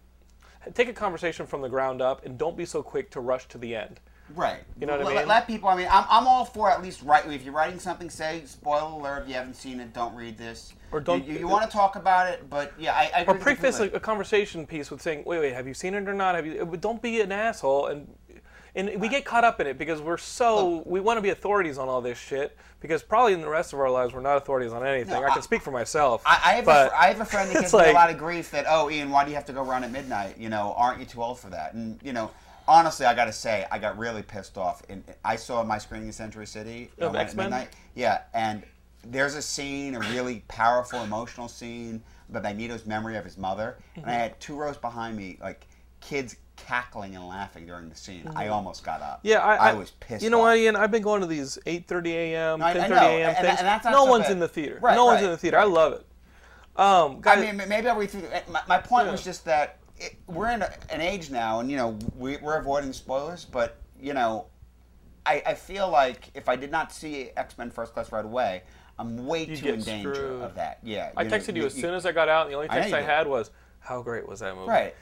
[SPEAKER 1] take a conversation from the ground up and don't be so quick to rush to the end.
[SPEAKER 2] Right. You
[SPEAKER 1] know what I
[SPEAKER 2] Let,
[SPEAKER 1] mean?
[SPEAKER 2] let people. I mean, I'm, I'm all for at least write. If you're writing something, say spoiler alert. If you haven't seen it, don't read this.
[SPEAKER 1] Or don't-
[SPEAKER 2] You, you, want to talk about it, but yeah, I. I agree
[SPEAKER 1] Or
[SPEAKER 2] with you
[SPEAKER 1] preface a,
[SPEAKER 2] completely.
[SPEAKER 1] a conversation piece with saying, "Wait, wait, have you seen it or not? Have you?" But don't be an asshole and. And we get caught up in it because we're so we want to be authorities on all this shit. Because probably in the rest of our lives we're not authorities on anything.
[SPEAKER 2] No,
[SPEAKER 1] I,
[SPEAKER 2] I-
[SPEAKER 1] can speak for myself.
[SPEAKER 2] I, I have a
[SPEAKER 1] but
[SPEAKER 2] fr- I have a friend that
[SPEAKER 1] it's
[SPEAKER 2] gives me a
[SPEAKER 1] like-
[SPEAKER 2] lot of grief that oh Ian why do you have to go run at midnight you know aren't you too old for that and you know honestly I gotta say I got really pissed off and I saw my screening in Century City you know,
[SPEAKER 1] Of
[SPEAKER 2] went at
[SPEAKER 1] X-Men?
[SPEAKER 2] yeah and there's a scene a really powerful emotional scene about Magneto's memory of his mother and
[SPEAKER 1] Mm-hmm.
[SPEAKER 2] I had two rows behind me like kids cackling and laughing during the scene I almost got up
[SPEAKER 1] Mm-hmm. yeah, I,
[SPEAKER 2] was pissed
[SPEAKER 1] You know
[SPEAKER 2] off.
[SPEAKER 1] what, Ian? I've been going to these 8:30 a.m.,
[SPEAKER 2] I- I
[SPEAKER 1] 10:30
[SPEAKER 2] know,
[SPEAKER 1] a.m.
[SPEAKER 2] and-
[SPEAKER 1] things.
[SPEAKER 2] and that's not
[SPEAKER 1] no
[SPEAKER 2] so
[SPEAKER 1] one's
[SPEAKER 2] bad.
[SPEAKER 1] in the theater.
[SPEAKER 2] Right,
[SPEAKER 1] no one's
[SPEAKER 2] right,
[SPEAKER 1] in the theater. I love it. Um, guys,
[SPEAKER 2] I mean, ma- maybe I'll read through. The, my, my point was just that it, we're in a, an age now, and you know, we, we're avoiding spoilers. But you know, I, I feel like if I did not see X Men First Class right away, I'm way too
[SPEAKER 1] get
[SPEAKER 2] in danger
[SPEAKER 1] screwed.
[SPEAKER 2] of that. Yeah,
[SPEAKER 1] I
[SPEAKER 2] know,
[SPEAKER 1] texted you as soon as I got out, and the only
[SPEAKER 2] I know
[SPEAKER 1] text
[SPEAKER 2] you
[SPEAKER 1] I,
[SPEAKER 2] did.
[SPEAKER 1] had was, "How great was that movie?"
[SPEAKER 2] Right.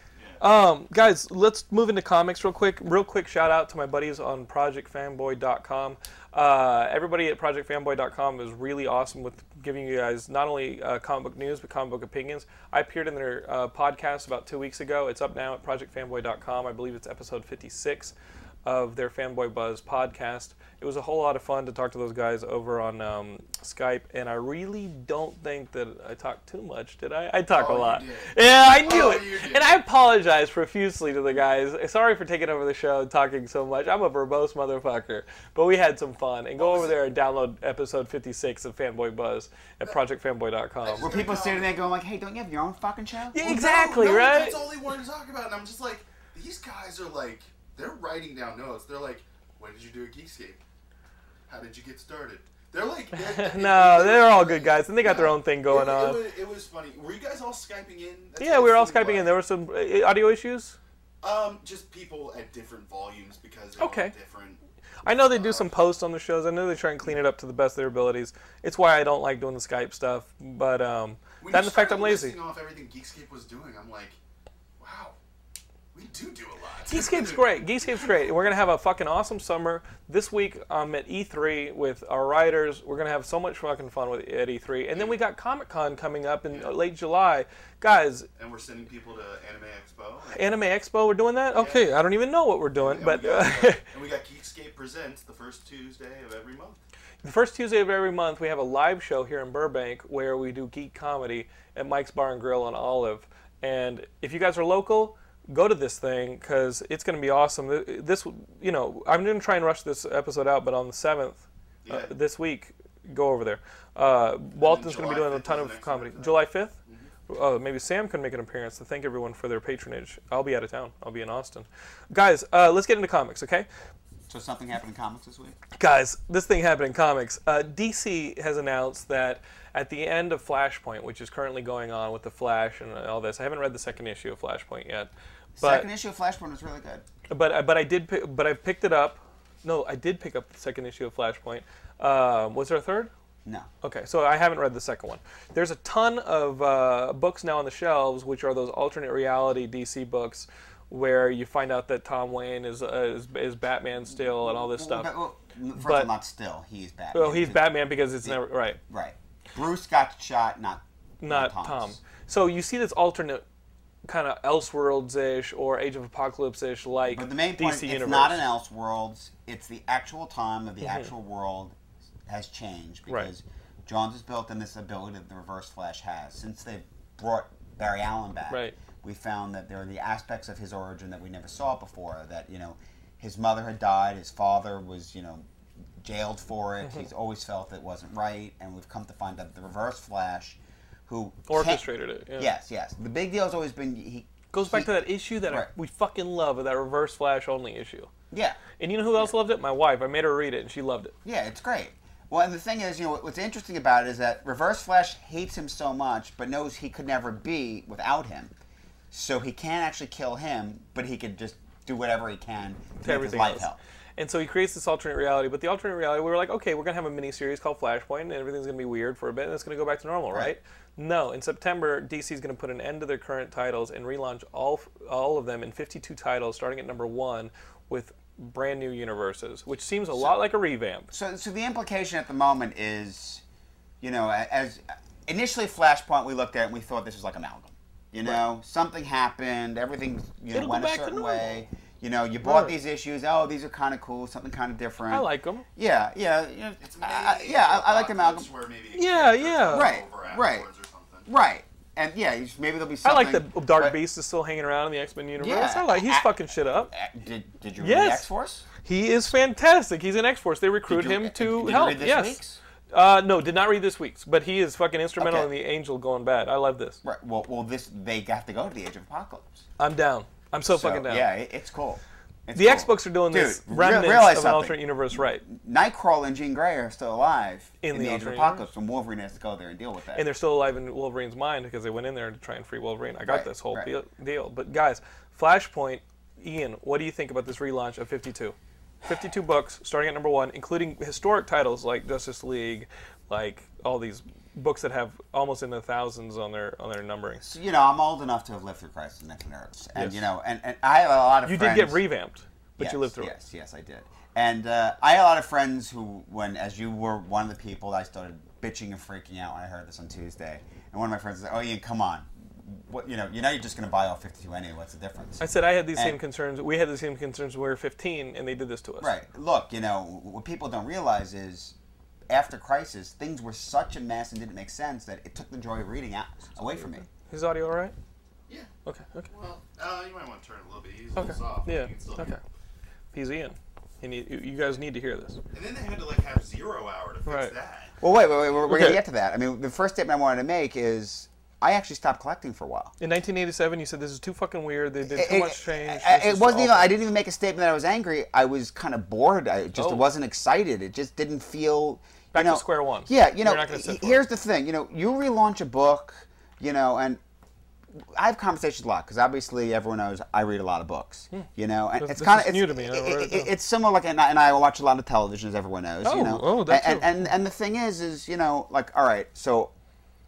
[SPEAKER 1] Um, guys, let's move into comics real quick. Real quick shout out to my buddies on ProjectFanboy.com. Uh, everybody at ProjectFanboy.com is really awesome with giving you guys not only uh, comic book news but comic book opinions. I appeared in their uh, podcast about two weeks ago. It's up now at ProjectFanboy.com. I believe it's episode 56 of their Fanboy Buzz podcast. It was a whole lot of fun to talk to those guys over on um, Skype, and I really don't think that I talked too much, did I? I talk
[SPEAKER 3] Oh,
[SPEAKER 1] a
[SPEAKER 3] you
[SPEAKER 1] lot.
[SPEAKER 3] did.
[SPEAKER 1] Yeah, I knew
[SPEAKER 3] Oh,
[SPEAKER 1] it.
[SPEAKER 3] you did.
[SPEAKER 1] And I apologize profusely to the guys. Sorry for taking over the show and talking so much. I'm a verbose motherfucker. But we had some fun. And go over there and download episode 56 of Fanboy Buzz at projectfanboy.com.
[SPEAKER 2] Where people sitting there going like, "Hey, don't you have your own fucking show?"
[SPEAKER 1] Yeah,
[SPEAKER 3] Well, no,
[SPEAKER 1] exactly,
[SPEAKER 3] no,
[SPEAKER 1] right?
[SPEAKER 3] That's all they wanted to talk about, and I'm just like, these guys are like, they're writing down notes. They're like, when did you do a Geekscape? How did you get started? They're like, they're-
[SPEAKER 1] No, they're all good guys, and they got their own thing going
[SPEAKER 3] it,
[SPEAKER 1] on.
[SPEAKER 3] It was, it was funny. Were you guys all skyping in? That's
[SPEAKER 1] Yeah, we were all
[SPEAKER 3] basically
[SPEAKER 1] Skyping
[SPEAKER 3] what-
[SPEAKER 1] in. There were some uh, audio issues.
[SPEAKER 3] Um, just people at different volumes because they're
[SPEAKER 1] Okay.
[SPEAKER 3] all different.
[SPEAKER 1] I know they do some posts on the shows. I know they try and clean it up to the best of their abilities. It's why I don't like doing the Skype stuff. But um,
[SPEAKER 3] When
[SPEAKER 1] that
[SPEAKER 3] you
[SPEAKER 1] and the fact
[SPEAKER 3] started
[SPEAKER 1] I'm lazy.
[SPEAKER 3] listing Off everything Geekscape was doing, I'm like, wow, we do do a lot.
[SPEAKER 1] Geekscape's great. Geekscape's great. And We're gonna have a fucking awesome summer. This week I'm at E3 with our writers. We're gonna have so much fucking fun with at E3. And then we got Comic Con coming up in uh, late July. Guys,
[SPEAKER 3] and we're sending people to Anime Expo. And,
[SPEAKER 1] Anime Expo, we're doing that. Okay, I don't even know what we're doing, but
[SPEAKER 3] we
[SPEAKER 1] uh,
[SPEAKER 3] got, uh, and we got Geekscape presents the first Tuesday of every month.
[SPEAKER 1] the first Tuesday of every month we have a live show here in Burbank where we do geek comedy at Mike's Bar and Grill on Olive. And if you guys are local, go to this thing because it's gonna be awesome. This, you know, I'm gonna try and rush this episode out, but on the seventh.
[SPEAKER 3] Yeah.
[SPEAKER 1] uh, this week. Go over there. Uh, Walton's going to be
[SPEAKER 3] July
[SPEAKER 1] doing a
[SPEAKER 3] 5th
[SPEAKER 1] ton
[SPEAKER 3] is the
[SPEAKER 1] of
[SPEAKER 3] next Mm-hmm.
[SPEAKER 1] comedy.
[SPEAKER 3] one, isn't it?
[SPEAKER 1] July 5th? Uh, maybe Sam can make an appearance to thank everyone for their patronage. I'll be out of town. I'll be in Austin. Guys, uh, let's get into comics, okay?
[SPEAKER 2] So something happened in comics this week.
[SPEAKER 1] Guys, this thing happened in comics. Uh, DC has announced that at the end of Flashpoint, which is currently going on with the Flash and all this, I haven't read the second issue of Flashpoint yet. But
[SPEAKER 2] Second issue of Flashpoint was really good.
[SPEAKER 1] but I- but I did pick, but I picked it up. No, I did pick up the second issue of Flashpoint. Uh, was there a third?
[SPEAKER 2] No.
[SPEAKER 1] Okay, so I haven't read the second one. There's a ton of uh, books now on the shelves, which are those alternate reality DC books, where you find out that Tom Wayne is uh, is, is Batman still and all this
[SPEAKER 2] But,
[SPEAKER 1] stuff.
[SPEAKER 2] well, first
[SPEAKER 1] But-
[SPEAKER 2] of all, not still. He's Batman.
[SPEAKER 1] Well, he's Batman because it's never right,
[SPEAKER 2] Right. Bruce got shot, not
[SPEAKER 1] not
[SPEAKER 2] Thomas.
[SPEAKER 1] Tom. So you see this alternate kind of Elseworlds ish or Age of Apocalypse ish like
[SPEAKER 2] But the main
[SPEAKER 1] DC
[SPEAKER 2] point, it's
[SPEAKER 1] universe. Mm-hmm.
[SPEAKER 2] not an Elseworlds. It's the actual time of the actual world has changed
[SPEAKER 1] Right.
[SPEAKER 2] because Johns has built in this ability that the Reverse Flash has since they brought Barry Allen back.
[SPEAKER 1] Right.
[SPEAKER 2] we found that there are the aspects of his origin that we never saw before. That you know, his mother had died, his father was you know jailed for
[SPEAKER 1] Mm-hmm.
[SPEAKER 2] it. He's always felt it wasn't right, and we've come to find out the Reverse Flash, who ca-
[SPEAKER 1] Orchestrated it, yeah.
[SPEAKER 2] Yes, yes. The big deal's always been he
[SPEAKER 1] Goes back
[SPEAKER 2] he-
[SPEAKER 1] to that issue that I-
[SPEAKER 2] Right.
[SPEAKER 1] we fucking love, that reverse flash only issue.
[SPEAKER 2] Yeah,
[SPEAKER 1] And you know who else loved it? My wife. I made her read it, and she loved it.
[SPEAKER 2] yeah. It's great. Well, and the thing is, you know, what's interesting about it is that Reverse Flash hates him so much, but knows he could never be without him. So he can't actually kill him, but he could just do whatever he can to make his
[SPEAKER 1] everything
[SPEAKER 2] life
[SPEAKER 1] else.
[SPEAKER 2] hell.
[SPEAKER 1] And so he creates this alternate reality. But the alternate reality, we were like, okay, we're gonna have a mini series called Flashpoint, and everything's gonna be weird for a bit, and it's gonna go back to normal, right?
[SPEAKER 2] Right.
[SPEAKER 1] No, in September, DC is gonna put an end to their current titles and relaunch all all of them in 52 titles, starting at number one with brand new universes, which seems a lot like a revamp.
[SPEAKER 2] So, so the implication at the moment is, you know, a- as initially Flashpoint, we looked at it and we thought this was like amalgam. You know, something happened. Everything you know
[SPEAKER 1] It'll go
[SPEAKER 2] went a
[SPEAKER 1] back to
[SPEAKER 2] certain
[SPEAKER 1] normal.
[SPEAKER 2] way. You know, you bought
[SPEAKER 1] Right.
[SPEAKER 2] these issues. Oh, these are kind of cool. Something kind of different.
[SPEAKER 1] I like them.
[SPEAKER 2] Yeah, yeah, you know,
[SPEAKER 3] It's maybe
[SPEAKER 2] I- I- yeah. I, I like the amalgam.
[SPEAKER 3] Where maybe a
[SPEAKER 1] Yeah,
[SPEAKER 3] character
[SPEAKER 1] yeah.
[SPEAKER 3] comes
[SPEAKER 2] Right,
[SPEAKER 3] over
[SPEAKER 2] right.
[SPEAKER 3] afterwards Or something.
[SPEAKER 2] Right, and yeah, you- maybe there'll be
[SPEAKER 1] I
[SPEAKER 2] something.
[SPEAKER 1] like the Dark
[SPEAKER 2] but-
[SPEAKER 1] Beast is still hanging around in the X Men universe.
[SPEAKER 2] Yeah.
[SPEAKER 1] I like he's
[SPEAKER 2] I-
[SPEAKER 1] fucking shit up.
[SPEAKER 2] Uh, Did, did you read
[SPEAKER 1] Yes.
[SPEAKER 2] X Force?
[SPEAKER 1] He is fantastic. He's in X Force. They recruit him to
[SPEAKER 2] did you
[SPEAKER 1] help.
[SPEAKER 2] read this
[SPEAKER 1] yes.
[SPEAKER 2] week's?
[SPEAKER 1] Uh, no, did not read this week's, but he is fucking instrumental
[SPEAKER 2] Okay.
[SPEAKER 1] in the Angel going bad. I love this.
[SPEAKER 2] Right. Well, well, this they have to go to the Age of Apocalypse.
[SPEAKER 1] I'm down. I'm so,
[SPEAKER 2] So,
[SPEAKER 1] fucking down.
[SPEAKER 2] Yeah, it, it's cool. It's
[SPEAKER 1] The
[SPEAKER 2] cool.
[SPEAKER 1] X books are doing
[SPEAKER 2] Dude,
[SPEAKER 1] this
[SPEAKER 2] re-
[SPEAKER 1] remnants of
[SPEAKER 2] realize
[SPEAKER 1] an
[SPEAKER 2] something.
[SPEAKER 1] alternate universe, right?
[SPEAKER 2] Nightcrawler and Jean Grey are still alive
[SPEAKER 1] In
[SPEAKER 2] in,
[SPEAKER 1] the
[SPEAKER 2] the, Age of
[SPEAKER 1] alternate
[SPEAKER 2] Apocalypse, and Wolverine has to go there and deal with that.
[SPEAKER 1] And they're still alive in Wolverine's mind because they went in there to try and free Wolverine. I got
[SPEAKER 2] Right,
[SPEAKER 1] this whole
[SPEAKER 2] right.
[SPEAKER 1] deal, deal. But guys, Flashpoint, Ian, what do you think about this relaunch of 52? 52 books, starting at number one, including historic titles like Justice League, like all these books that have almost in the thousands on their on their numbering.
[SPEAKER 2] So, you know, I'm old enough to have lived through Crisis on Infinite Earths, and
[SPEAKER 1] Yes.
[SPEAKER 2] you know, and, and I have a lot of
[SPEAKER 1] You
[SPEAKER 2] friends.
[SPEAKER 1] did get revamped, but you
[SPEAKER 2] Yes,
[SPEAKER 1] lived through it.
[SPEAKER 2] Yes, yes, I did. And uh, I had a lot of friends who, when as you were one of the people, I started bitching and freaking out when I heard this on Tuesday. And one of my friends was like, "Oh, Ian, come on, what you know, you know, you're just going to buy all 52 anyway. What's the difference?"
[SPEAKER 1] I said I had these same
[SPEAKER 2] And-
[SPEAKER 1] concerns. We had the same concerns when we were 15, and they did this to us.
[SPEAKER 2] Right. Look, you know, what people don't realize is after Crisis, things were such a mess and didn't make sense that it took the joy of reading out, away from me.
[SPEAKER 1] Is audio all right?
[SPEAKER 3] Yeah.
[SPEAKER 1] Okay. Okay.
[SPEAKER 3] Well, uh, you might want to turn it a little bit. He's a
[SPEAKER 1] Okay.
[SPEAKER 3] little soft. but
[SPEAKER 1] Yeah.
[SPEAKER 3] You can still
[SPEAKER 1] Okay.
[SPEAKER 3] hear.
[SPEAKER 1] He's Ian. He need, you you guys need to hear this.
[SPEAKER 3] And then they had to like have zero hour to fix
[SPEAKER 1] Right.
[SPEAKER 3] that.
[SPEAKER 2] Well, wait, wait, wait. We're, we're going
[SPEAKER 1] Okay.
[SPEAKER 2] to get to that. I mean, the first statement I wanted to make is I actually stopped collecting for a while.
[SPEAKER 1] In 1987, you said this is too fucking weird. They did too much change.
[SPEAKER 2] I-
[SPEAKER 1] This
[SPEAKER 2] it
[SPEAKER 1] is
[SPEAKER 2] wasn't even.
[SPEAKER 1] awful."
[SPEAKER 2] I didn't even make a statement that I was angry. I was kind of bored. I just
[SPEAKER 1] Oh.
[SPEAKER 2] wasn't excited. It just didn't feel. you
[SPEAKER 1] Back to
[SPEAKER 2] know-
[SPEAKER 1] square one.
[SPEAKER 2] Yeah, you
[SPEAKER 1] You're
[SPEAKER 2] know.
[SPEAKER 1] not gonna sit
[SPEAKER 2] he-
[SPEAKER 1] for it.
[SPEAKER 2] Here's the thing. You know, you relaunch a book. You know, and I have conversations a lot because obviously everyone knows I read a lot of books. You know, and
[SPEAKER 1] Hmm. This-
[SPEAKER 2] it's
[SPEAKER 1] this
[SPEAKER 2] kind
[SPEAKER 1] is
[SPEAKER 2] of
[SPEAKER 1] new to me. I don't
[SPEAKER 2] It,
[SPEAKER 1] really
[SPEAKER 2] it,
[SPEAKER 1] know.
[SPEAKER 2] it's similar like and I, and I watch a lot of television, as everyone knows.
[SPEAKER 1] Oh,
[SPEAKER 2] you know,
[SPEAKER 1] oh, that
[SPEAKER 2] and,
[SPEAKER 1] too.
[SPEAKER 2] and and the thing is, is you know, like all right, so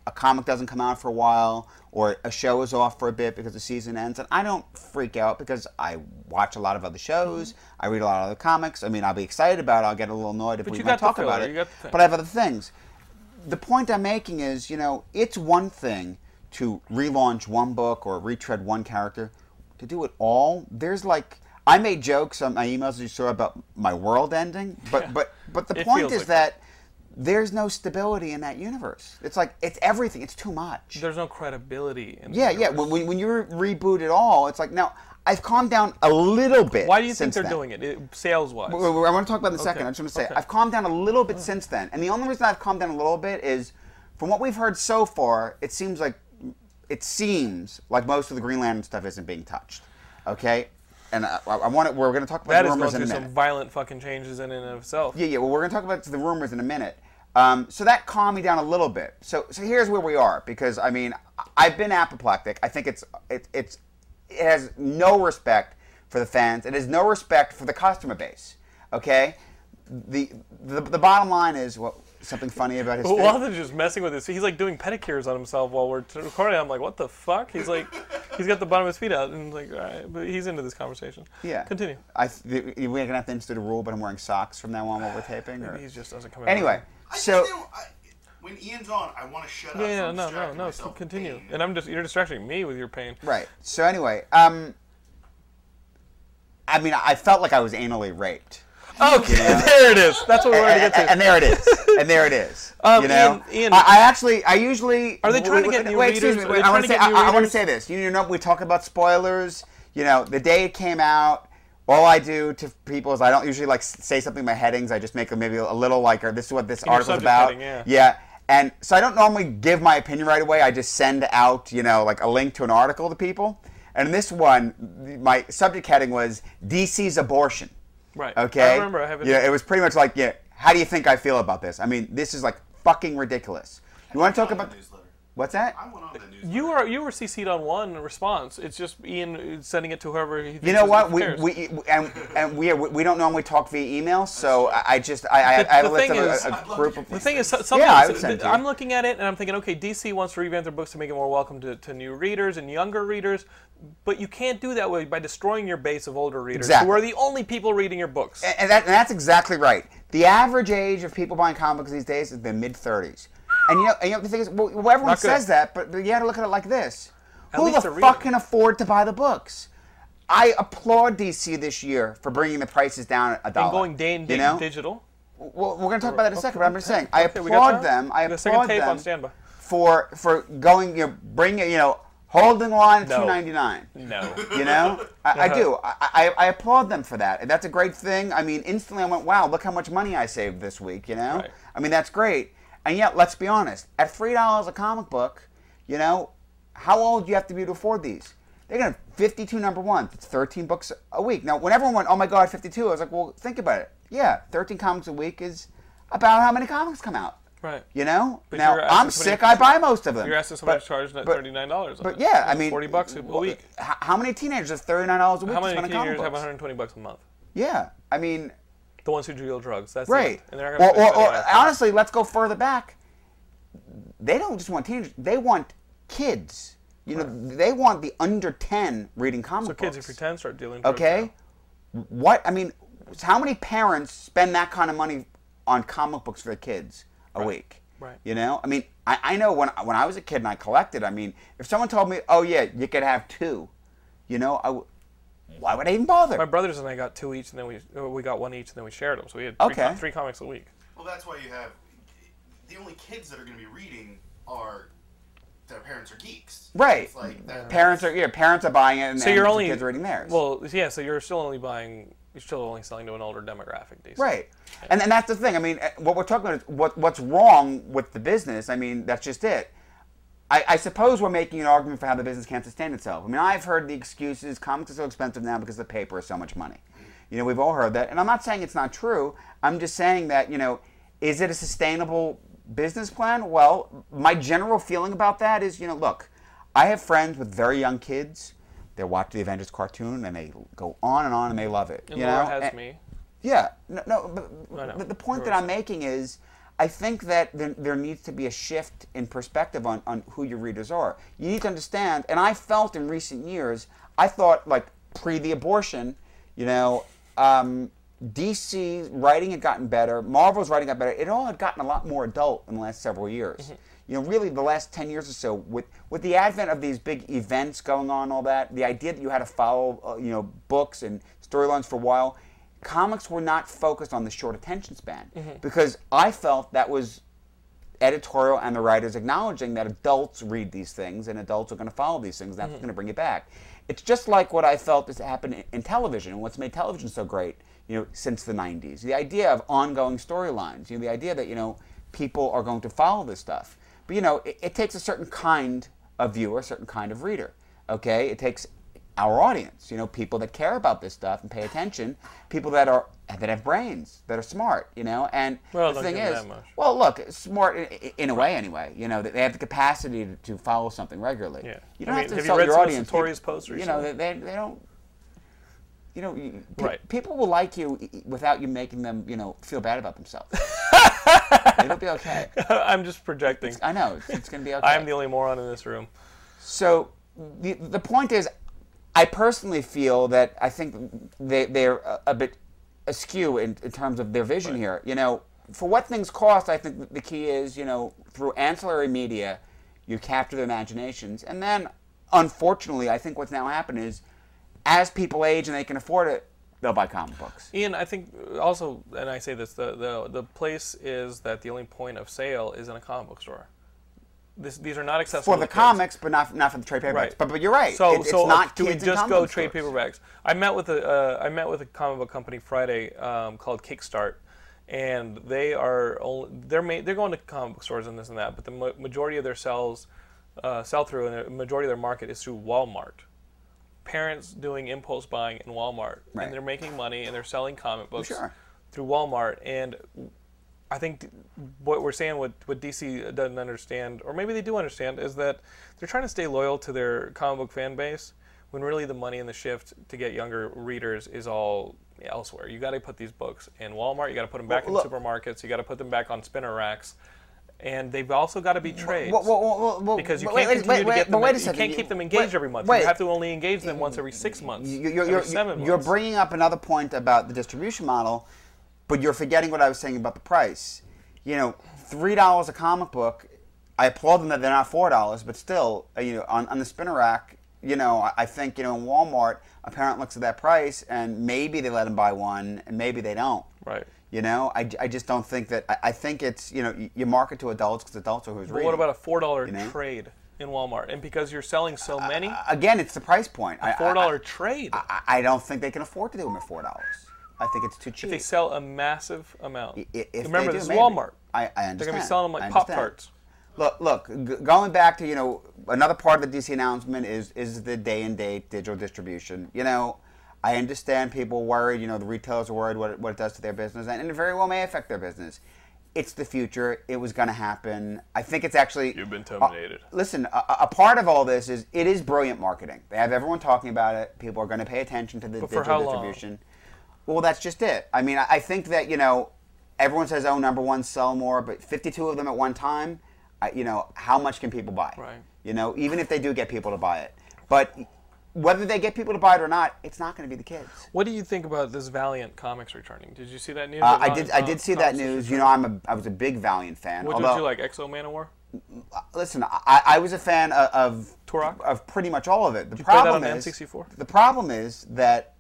[SPEAKER 2] a comic doesn't come out for a while or a show is off for a bit because the season ends and i don't freak out because i watch a lot of other shows i read a lot of other comics i mean i'll be excited about it i'll get a little annoyed if
[SPEAKER 1] But
[SPEAKER 2] we
[SPEAKER 1] you got
[SPEAKER 2] might
[SPEAKER 1] the
[SPEAKER 2] talk about
[SPEAKER 1] filler,
[SPEAKER 2] it
[SPEAKER 1] you got the thing.
[SPEAKER 2] but i have other things the point i'm making is you know it's one thing to relaunch one book or retread one character to do it all there's like i made jokes on my emails as you saw about my world ending but but but the
[SPEAKER 1] It
[SPEAKER 2] point
[SPEAKER 1] feels
[SPEAKER 2] is
[SPEAKER 1] like that.
[SPEAKER 2] that there's no stability in that universe. It's like it's everything. It's too much.
[SPEAKER 1] There's no credibility. In the
[SPEAKER 2] yeah, yeah.
[SPEAKER 1] universe.
[SPEAKER 2] When, when, when you re- reboot it all, it's like now I've calmed down a little bit.
[SPEAKER 1] Why do you think
[SPEAKER 2] since
[SPEAKER 1] they're
[SPEAKER 2] then.
[SPEAKER 1] doing it, it sales wise?
[SPEAKER 2] Wait, wait, wait, I want to talk about it in a second. I just want to say
[SPEAKER 1] okay. Oh.
[SPEAKER 2] I've calmed down a little bit since then, and the only reason I've calmed down a little bit is from what we've heard so far. It seems like it seems like most of the Green Lantern stuff isn't being touched. Okay, and I, I want to, we're going to talk about
[SPEAKER 1] That
[SPEAKER 2] the
[SPEAKER 1] is going
[SPEAKER 2] rumors in
[SPEAKER 1] through
[SPEAKER 2] a minute.
[SPEAKER 1] some violent fucking changes in and of itself.
[SPEAKER 2] Yeah, yeah. Well, we're going to talk about the rumors in a minute. Um, so that calmed me down a little bit. So, so here's where we are because I mean, I- I've been apoplectic. I think it's it, it's it has no respect for the fans. It has no respect for the customer base. Okay, the the, the bottom line is well, something funny about his.
[SPEAKER 1] But
[SPEAKER 2] thing-
[SPEAKER 1] Walter's just messing with his. He's like doing pedicures on himself while we're t- recording. I'm like, what the fuck? He's like, he's got the bottom of his feet out, and like, all right, but he's into this conversation.
[SPEAKER 2] yeah,
[SPEAKER 1] Continue.
[SPEAKER 2] I th- we're gonna have to institute a rule, but I'm wearing socks from now on while we're taping. Or...
[SPEAKER 1] He just doesn't come out.
[SPEAKER 2] Anyway,
[SPEAKER 3] I
[SPEAKER 2] so.
[SPEAKER 3] just, I, when Ian's on, I want to shut up.
[SPEAKER 1] Yeah, yeah,
[SPEAKER 3] I'm
[SPEAKER 1] no, no,
[SPEAKER 3] distracting
[SPEAKER 1] no.
[SPEAKER 3] myself
[SPEAKER 1] keep- Continue.
[SPEAKER 3] with pain.
[SPEAKER 1] And I'm just you're distracting me with your pain.
[SPEAKER 2] Right. So anyway, um, I mean, I felt like I was anally raped.
[SPEAKER 1] Okay, there it is. That's what we're going to
[SPEAKER 2] and,
[SPEAKER 1] get to.
[SPEAKER 2] and there it is. And there it is.
[SPEAKER 1] Um,
[SPEAKER 2] you know,
[SPEAKER 1] Ian- Ian-
[SPEAKER 2] I, I actually, I usually.
[SPEAKER 1] Are they
[SPEAKER 2] wait,
[SPEAKER 1] trying to
[SPEAKER 2] wait,
[SPEAKER 1] get new
[SPEAKER 2] wait, excuse
[SPEAKER 1] readers?
[SPEAKER 2] me,
[SPEAKER 1] Are
[SPEAKER 2] wait,
[SPEAKER 1] they
[SPEAKER 2] I want
[SPEAKER 1] trying to
[SPEAKER 2] say,
[SPEAKER 1] get new
[SPEAKER 2] I, I want
[SPEAKER 1] readers?
[SPEAKER 2] to say this. You know, we talk about spoilers. You know, the day it came out. All I do to people is I don't usually like s- say something in my headings. I just make them maybe a little like, or this is what this
[SPEAKER 1] your
[SPEAKER 2] article's
[SPEAKER 1] subject
[SPEAKER 2] about.
[SPEAKER 1] heading, yeah.
[SPEAKER 2] Yeah. And so I don't normally give my opinion right away. I just send out, you know, like a link to an article to people. And in this one, my subject heading was DC's abortion.
[SPEAKER 1] Right.
[SPEAKER 2] Okay.
[SPEAKER 1] I remember. I have it.
[SPEAKER 2] Yeah, it was pretty much like, yeah, how do you think I feel about this? I mean, this is like fucking ridiculous. You want to talk about
[SPEAKER 3] the newsletter.
[SPEAKER 2] what's that?
[SPEAKER 3] I went on the newsletter.
[SPEAKER 1] You were you were CC'd on one response. It's just Ian uh, sending it to whoever he thinks
[SPEAKER 2] You know
[SPEAKER 1] is-
[SPEAKER 2] what? We,
[SPEAKER 1] cares.
[SPEAKER 2] we and and we we don't normally talk via email, so I I just I I, I have a
[SPEAKER 1] The
[SPEAKER 2] list
[SPEAKER 1] thing
[SPEAKER 2] of a,
[SPEAKER 1] is-
[SPEAKER 2] a
[SPEAKER 1] I'd
[SPEAKER 3] love
[SPEAKER 2] group
[SPEAKER 3] to
[SPEAKER 2] of
[SPEAKER 3] get
[SPEAKER 1] The thing is, so- some
[SPEAKER 2] Yeah, I
[SPEAKER 1] of
[SPEAKER 2] would
[SPEAKER 1] it's-
[SPEAKER 2] send to you.
[SPEAKER 1] I'm looking at it and I'm thinking, okay, DC wants to revamp their books to make it more welcome to, to new readers and younger readers, but you can't do that way by destroying your base of older readers
[SPEAKER 2] Exactly. Eh,
[SPEAKER 1] who are the only people reading your books.
[SPEAKER 2] and, that, and that's exactly right. The average age of people buying comics these days is the mid 30s. And you know, and you know the thing is, well, well, everyone
[SPEAKER 1] Not good.
[SPEAKER 2] says that, but, but you got to look at it like this: Who
[SPEAKER 1] least
[SPEAKER 2] the
[SPEAKER 1] they're
[SPEAKER 2] fuck
[SPEAKER 1] reading.
[SPEAKER 2] can afford to buy the books? I applaud DC this year for bringing the prices down a dollar.
[SPEAKER 1] and going day and
[SPEAKER 2] oh, you know?
[SPEAKER 1] digital.
[SPEAKER 2] Well, we're going to talk about that in a second. But I'm just saying, I
[SPEAKER 1] Okay, we got
[SPEAKER 2] applaud
[SPEAKER 1] time?
[SPEAKER 2] them. I
[SPEAKER 1] The second
[SPEAKER 2] applaud
[SPEAKER 1] tape
[SPEAKER 2] them
[SPEAKER 1] on standby.
[SPEAKER 2] for for going, you know, bringing, you know, holding the line at
[SPEAKER 1] No.
[SPEAKER 2] 2.99.
[SPEAKER 1] No.
[SPEAKER 2] You know, I, I
[SPEAKER 1] Uh-huh.
[SPEAKER 2] do. I, I, I applaud them for that. And that's a great thing. I mean, instantly I went, wow, look how much money I saved this week, you know?
[SPEAKER 1] Right.
[SPEAKER 2] I mean, that's great. And yet, let's be honest, at $3 a comic book, you know, how old do you have to be to afford these? They're going to 52 number one. It's 13 books a week. Now, when everyone went, oh my God, 52, I was like, well, think about it. Yeah, 13 comics a week is about how many comics come out.
[SPEAKER 1] Right.
[SPEAKER 2] You know?
[SPEAKER 1] But
[SPEAKER 2] now,
[SPEAKER 1] you're asking
[SPEAKER 2] I'm
[SPEAKER 1] somebody-
[SPEAKER 2] sick, I buy most of them.
[SPEAKER 1] You're asking somebody
[SPEAKER 2] But-
[SPEAKER 1] to charge that
[SPEAKER 2] but-
[SPEAKER 1] thirty-nine dollars.
[SPEAKER 2] but yeah, I mean,
[SPEAKER 1] forty bucks a
[SPEAKER 2] w-
[SPEAKER 1] week.
[SPEAKER 2] How, how many teenagers have thirty nine dollars a week
[SPEAKER 1] How
[SPEAKER 2] to
[SPEAKER 1] many
[SPEAKER 2] spend on comic
[SPEAKER 1] teenagers have
[SPEAKER 2] books?
[SPEAKER 1] 120 bucks a month?
[SPEAKER 2] Yeah, I mean,
[SPEAKER 1] The ones who deal drugs. That's
[SPEAKER 2] right.
[SPEAKER 1] It. And they're not gonna
[SPEAKER 2] or, or,
[SPEAKER 1] spend
[SPEAKER 2] or
[SPEAKER 1] money on it.
[SPEAKER 2] honestly, let's go further back. They don't just want teenagers; they want kids. You know, they want the under ten reading comic
[SPEAKER 1] so kids,
[SPEAKER 2] books.
[SPEAKER 1] if you're 10, start dealing. drugs
[SPEAKER 2] okay,
[SPEAKER 1] now.
[SPEAKER 2] what I mean, how many parents spend that kind of money on comic books for their kids a week?
[SPEAKER 1] Right.
[SPEAKER 2] You know, I mean, I, I know when when I was a kid and I collected. I mean, if someone told me, "Oh yeah, you could have two, you know, I w- why would I even bother?
[SPEAKER 1] My brothers and I got two each, and then we uh, we got one each, and then we shared them. So we had three,
[SPEAKER 2] Okay.
[SPEAKER 1] com- three comics a week.
[SPEAKER 3] Well, that's why you have the only kids that are going to be reading are their parents are geeks.
[SPEAKER 2] Right.
[SPEAKER 3] It's like that,
[SPEAKER 2] parents are yeah, parents are buying it, and
[SPEAKER 1] So you're
[SPEAKER 2] and
[SPEAKER 1] only
[SPEAKER 2] kids are reading theirs.
[SPEAKER 1] Well, yeah. So you're still only buying. You're still only selling to an older demographic. Decent.
[SPEAKER 2] Right. And, and that's the thing. I mean, uh, what we're talking about is what, what's wrong with the business. I mean, that's just it. I, I suppose we're making an argument for how the business can't sustain itself. I mean, I've heard the excuses comics are so expensive now because the paper is so much money. You know, we've all heard that. And I'm not saying it's not true. I'm just saying that, you know, is it a sustainable business plan? Well, my general feeling about that is, you know, look, I have friends with very young kids. They watch the Avengers cartoon and they go on and on and they love it.
[SPEAKER 1] And
[SPEAKER 2] you
[SPEAKER 1] Laura
[SPEAKER 2] know?
[SPEAKER 1] has
[SPEAKER 2] And-
[SPEAKER 1] me.
[SPEAKER 2] yeah, no, no but,
[SPEAKER 1] I know.
[SPEAKER 2] but the point
[SPEAKER 1] You're
[SPEAKER 2] that I'm making is, I think that there, there needs to be a shift in perspective on, on who your readers are. You need to understand, and I felt in recent years, I thought like pre the abortion, you know, um, DC's writing had gotten better, Marvel's writing got better. It all had gotten a lot more adult in the last several years.
[SPEAKER 1] Mm-hmm.
[SPEAKER 2] You know, really the last 10 years or so, with, with the advent of these big events going on, all that, the idea that you had to follow, uh, you know, books and storylines for a while, comics were not focused on the short attention span because I felt that was editorial and the writers acknowledging that adults read these things and adults are going to follow these things. And
[SPEAKER 1] Mm-hmm.
[SPEAKER 2] that's going to bring it back. It's just like what I felt has happened in, in television and what's made television so great, you know, since the 90s. The idea of ongoing storylines, you know, the idea that, you know, people are going to follow this stuff. But, you know, it, it takes a certain kind of viewer, a certain kind of reader, okay? It takes our audience, you know, people that care about this stuff and pay attention, people that are that have brains, that are smart, you know, and
[SPEAKER 1] Well,
[SPEAKER 2] the
[SPEAKER 1] don't
[SPEAKER 2] thing
[SPEAKER 1] give them
[SPEAKER 2] is,
[SPEAKER 1] that much.
[SPEAKER 2] well, look, it's smart in, in- in a way, anyway. You know, they have the capacity to, to follow something regularly.
[SPEAKER 1] Yeah.
[SPEAKER 2] You don't
[SPEAKER 1] I mean,
[SPEAKER 2] have to
[SPEAKER 1] have you
[SPEAKER 2] sell
[SPEAKER 1] read
[SPEAKER 2] your
[SPEAKER 1] some of
[SPEAKER 2] audience.
[SPEAKER 1] Satori's
[SPEAKER 2] People-
[SPEAKER 1] posts
[SPEAKER 2] You know,
[SPEAKER 1] recently?
[SPEAKER 2] they, they, they don't. You know, you, pe-
[SPEAKER 1] Right.
[SPEAKER 2] people will like you e- e- without you making them, you know, feel bad about themselves. It'll be okay.
[SPEAKER 1] I'm just projecting.
[SPEAKER 2] I know it's, it's going to be okay.
[SPEAKER 1] I'm the only moron in this room.
[SPEAKER 2] So the, the point is, I personally feel that I think they, they're a, a bit askew in, in terms of their vision here. You know, for what things cost, I think the key is, you know, through ancillary media, you capture their imaginations. And then, unfortunately, I think what's now happened is as people age and they can afford it, They'll buy comic books.
[SPEAKER 1] Ian, I think uh, also, and I say this, the, the the place is that the only point of sale is in a comic book store. This, these are not accessible
[SPEAKER 2] For the
[SPEAKER 1] to kids.
[SPEAKER 2] comics, but not not for the trade paperbacks.
[SPEAKER 1] Right,
[SPEAKER 2] But, but you're right.
[SPEAKER 1] So,
[SPEAKER 2] It- it's
[SPEAKER 1] so uh,
[SPEAKER 2] not
[SPEAKER 1] do we
[SPEAKER 2] kids and
[SPEAKER 1] just
[SPEAKER 2] comic
[SPEAKER 1] go
[SPEAKER 2] book
[SPEAKER 1] trade
[SPEAKER 2] stores.
[SPEAKER 1] paperbacks? I met with a uh, I met with a comic book company Friday um, called Kickstart, and they are only, they're ma- they're going to comic book stores and this and that, but the ma- majority of their sales uh, sell through and the majority of their market is through Walmart. Parents doing impulse buying in Walmart,
[SPEAKER 2] Right.
[SPEAKER 1] and they're making money and they're selling comic books
[SPEAKER 2] Sure.
[SPEAKER 1] through Walmart. And I think d- what we're saying, what, what DC doesn't understand, or maybe they do understand, is that they're trying to stay loyal to their comic book fan base when really the money and the shift to get younger readers is all elsewhere. You got to put these books in Walmart, you got to put them back
[SPEAKER 2] Well,
[SPEAKER 1] in
[SPEAKER 2] look-
[SPEAKER 1] supermarkets, you got to put them back on spinner racks, and they've also got to be trades.
[SPEAKER 2] Well, well, well, well, well,
[SPEAKER 1] because you
[SPEAKER 2] wait,
[SPEAKER 1] can't
[SPEAKER 2] wait,
[SPEAKER 1] continue
[SPEAKER 2] wait,
[SPEAKER 1] to get them.
[SPEAKER 2] but wait a
[SPEAKER 1] you
[SPEAKER 2] second.
[SPEAKER 1] can't
[SPEAKER 2] You-
[SPEAKER 1] keep them engaged
[SPEAKER 2] wait,
[SPEAKER 1] every month.
[SPEAKER 2] wait.
[SPEAKER 1] You have to only engage them once every six months,
[SPEAKER 2] You- you're,
[SPEAKER 1] every
[SPEAKER 2] you're,
[SPEAKER 1] 7
[SPEAKER 2] you're
[SPEAKER 1] months.
[SPEAKER 2] bringing up another point about the distribution model, but you're forgetting what I was saying about the price. You know, three dollars a comic book. I applaud them that they're not four dollars, but still, uh, you know, on, on the spinner rack, you know, I, I think you know in Walmart, a parent looks at that price and maybe they let them buy one, and maybe they don't.
[SPEAKER 1] Right.
[SPEAKER 2] You know, I, I just don't think that. I, I think it's you know y- you market to adults because adults are who's
[SPEAKER 1] But
[SPEAKER 2] reading.
[SPEAKER 1] what about a four dollar
[SPEAKER 2] you know?
[SPEAKER 1] trade in Walmart? And because you're selling so many,
[SPEAKER 2] Again, it's the price point. I- I-
[SPEAKER 1] four dollar trade.
[SPEAKER 2] I, I don't think they can afford to do them at four dollars. I think it's too cheap.
[SPEAKER 1] they sell a massive amount.
[SPEAKER 2] I- if they
[SPEAKER 1] Remember,
[SPEAKER 2] do,
[SPEAKER 1] this is
[SPEAKER 2] maybe.
[SPEAKER 1] Walmart.
[SPEAKER 2] I, I understand.
[SPEAKER 1] They're gonna be selling them
[SPEAKER 2] I
[SPEAKER 1] like pop
[SPEAKER 2] understand.
[SPEAKER 1] tarts.
[SPEAKER 2] Look, look. G- going back to you know another part of the DC announcement is is the day and date digital distribution. You know, I understand people worried. You know, the retailers are worried what it, what it does to their business, and, and it very well may affect their business. It's the future. It was going to happen. I think it's actually.
[SPEAKER 1] You've been
[SPEAKER 2] Uh,
[SPEAKER 1] terminated.
[SPEAKER 2] listen, a- a, a part of all this is it is brilliant marketing. They have everyone talking about it. People are going to pay attention to the
[SPEAKER 1] But for
[SPEAKER 2] digital
[SPEAKER 1] how long?
[SPEAKER 2] distribution. Well, that's just it. I mean, I, I think that you know, everyone says, "Oh, number one, sell more," but fifty-two of them at one time. I, you know, how much can people buy?
[SPEAKER 1] Right.
[SPEAKER 2] You know, even if they do get people to buy it, but whether they get people to buy it or not, it's not going to be the kids.
[SPEAKER 1] What do you think about this Valiant Comics returning? Did you see that news?
[SPEAKER 2] Uh,
[SPEAKER 1] that
[SPEAKER 2] I did.
[SPEAKER 1] Valiant
[SPEAKER 2] I did see that
[SPEAKER 1] Comics is
[SPEAKER 2] news.
[SPEAKER 1] returning?
[SPEAKER 2] You know, I'm a. I was a big Valiant fan.
[SPEAKER 1] What
[SPEAKER 2] although,
[SPEAKER 1] did you like? Exo Manowar.
[SPEAKER 2] listen, I, I was a fan of, of
[SPEAKER 1] Turok?
[SPEAKER 2] of pretty much all of it. The
[SPEAKER 1] you play that
[SPEAKER 2] problem
[SPEAKER 1] on the
[SPEAKER 2] is
[SPEAKER 1] N64?
[SPEAKER 2] the problem is that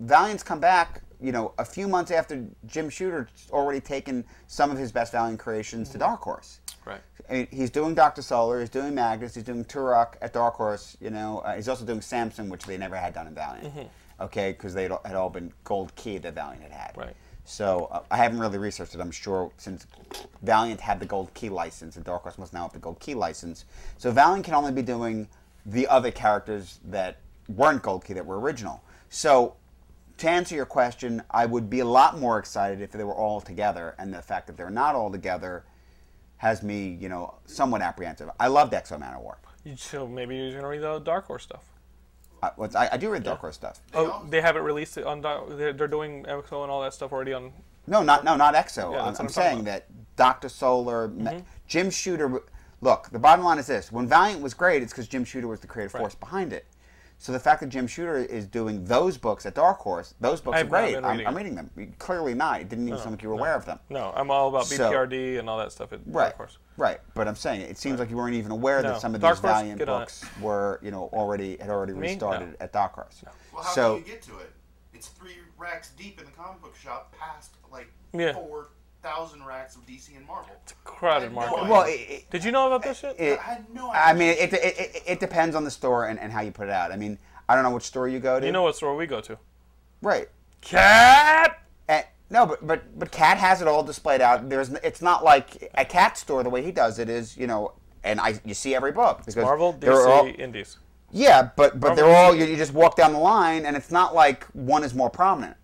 [SPEAKER 2] Valiant's come back. You know, a few months after Jim Shooter's already taken some of his best Valiant creations
[SPEAKER 1] Mm-hmm.
[SPEAKER 2] to Dark Horse.
[SPEAKER 1] Right.
[SPEAKER 2] I mean, he's doing Doctor Solar, he's doing Magnus, he's doing Turok at Dark Horse. You know, uh, he's also doing Samson, which they never had done in Valiant. Okay, because they had all been Gold Key that Valiant had had.
[SPEAKER 1] Right.
[SPEAKER 2] So uh, I haven't really researched it. I'm sure since Valiant had the Gold Key license and Dark Horse must now have the Gold Key license. So Valiant can only be doing the other characters that weren't Gold Key that were original. So to answer your question, I would be a lot more excited if they were all together, and the fact that they're not all together has me, you know, somewhat apprehensive. I loved Exo Manowar.
[SPEAKER 1] You, so maybe you're gonna read the Dark Horse stuff.
[SPEAKER 2] I, what's- I, I do read Dark Horse stuff.
[SPEAKER 1] Oh, they haven't released it on. Doc- They're, they're doing Exo and all that stuff already on.
[SPEAKER 2] No, not no, not EXO.
[SPEAKER 1] Yeah, that's what
[SPEAKER 2] I'm, I'm
[SPEAKER 1] I'm talking
[SPEAKER 2] saying
[SPEAKER 1] about. Mm-hmm.
[SPEAKER 2] that Dr. Solar, Ma- Jim Shooter. Look, the bottom line is this: when Valiant was great, it's because Jim Shooter was the creative force behind it. So the fact that Jim Shooter is doing those books at Dark Horse, those books are
[SPEAKER 1] have not
[SPEAKER 2] great.
[SPEAKER 1] been
[SPEAKER 2] I'm,
[SPEAKER 1] reading
[SPEAKER 2] I'm
[SPEAKER 1] it.
[SPEAKER 2] reading them. Clearly not. It didn't even seem like you were aware of them.
[SPEAKER 1] No, I'm all about
[SPEAKER 2] So-
[SPEAKER 1] BPRD and all that stuff at
[SPEAKER 2] Right.
[SPEAKER 1] Dark Horse.
[SPEAKER 2] Right. But I'm saying it seems like you weren't even aware
[SPEAKER 1] No.
[SPEAKER 2] that some of
[SPEAKER 1] Dark
[SPEAKER 2] these
[SPEAKER 1] Horse,
[SPEAKER 2] Valiant
[SPEAKER 1] get on it.
[SPEAKER 2] books were, you know, already had already
[SPEAKER 1] Me?
[SPEAKER 2] restarted
[SPEAKER 1] No.
[SPEAKER 2] at Dark Horse.
[SPEAKER 3] Well, how
[SPEAKER 2] so
[SPEAKER 3] do you get to it? It's three racks deep in the comic book shop, past like
[SPEAKER 1] Yeah.
[SPEAKER 3] four thousand racks of DC and Marvel.
[SPEAKER 1] Crowded
[SPEAKER 3] Well,
[SPEAKER 1] market.
[SPEAKER 2] well, it,
[SPEAKER 1] did you know about this shit?
[SPEAKER 2] it,
[SPEAKER 3] I had no
[SPEAKER 2] I
[SPEAKER 3] idea.
[SPEAKER 2] mean, it, it, it, it depends on the store and, and how you put it out. I mean, I don't know which store you go to.
[SPEAKER 1] you know what store we go to?
[SPEAKER 2] right?
[SPEAKER 1] Cat.
[SPEAKER 2] And, no, but but but Cat has it all displayed out. There's n- it's not like a Cat store. The way he does it is, you know, and I you see every book because
[SPEAKER 1] Marvel,
[SPEAKER 2] they're
[SPEAKER 1] DC,
[SPEAKER 2] all-
[SPEAKER 1] Indies.
[SPEAKER 2] Yeah, but but they're
[SPEAKER 1] Marvel
[SPEAKER 2] all
[SPEAKER 1] DC.
[SPEAKER 2] you, you just walk down the line, and it's not like one is more prominent,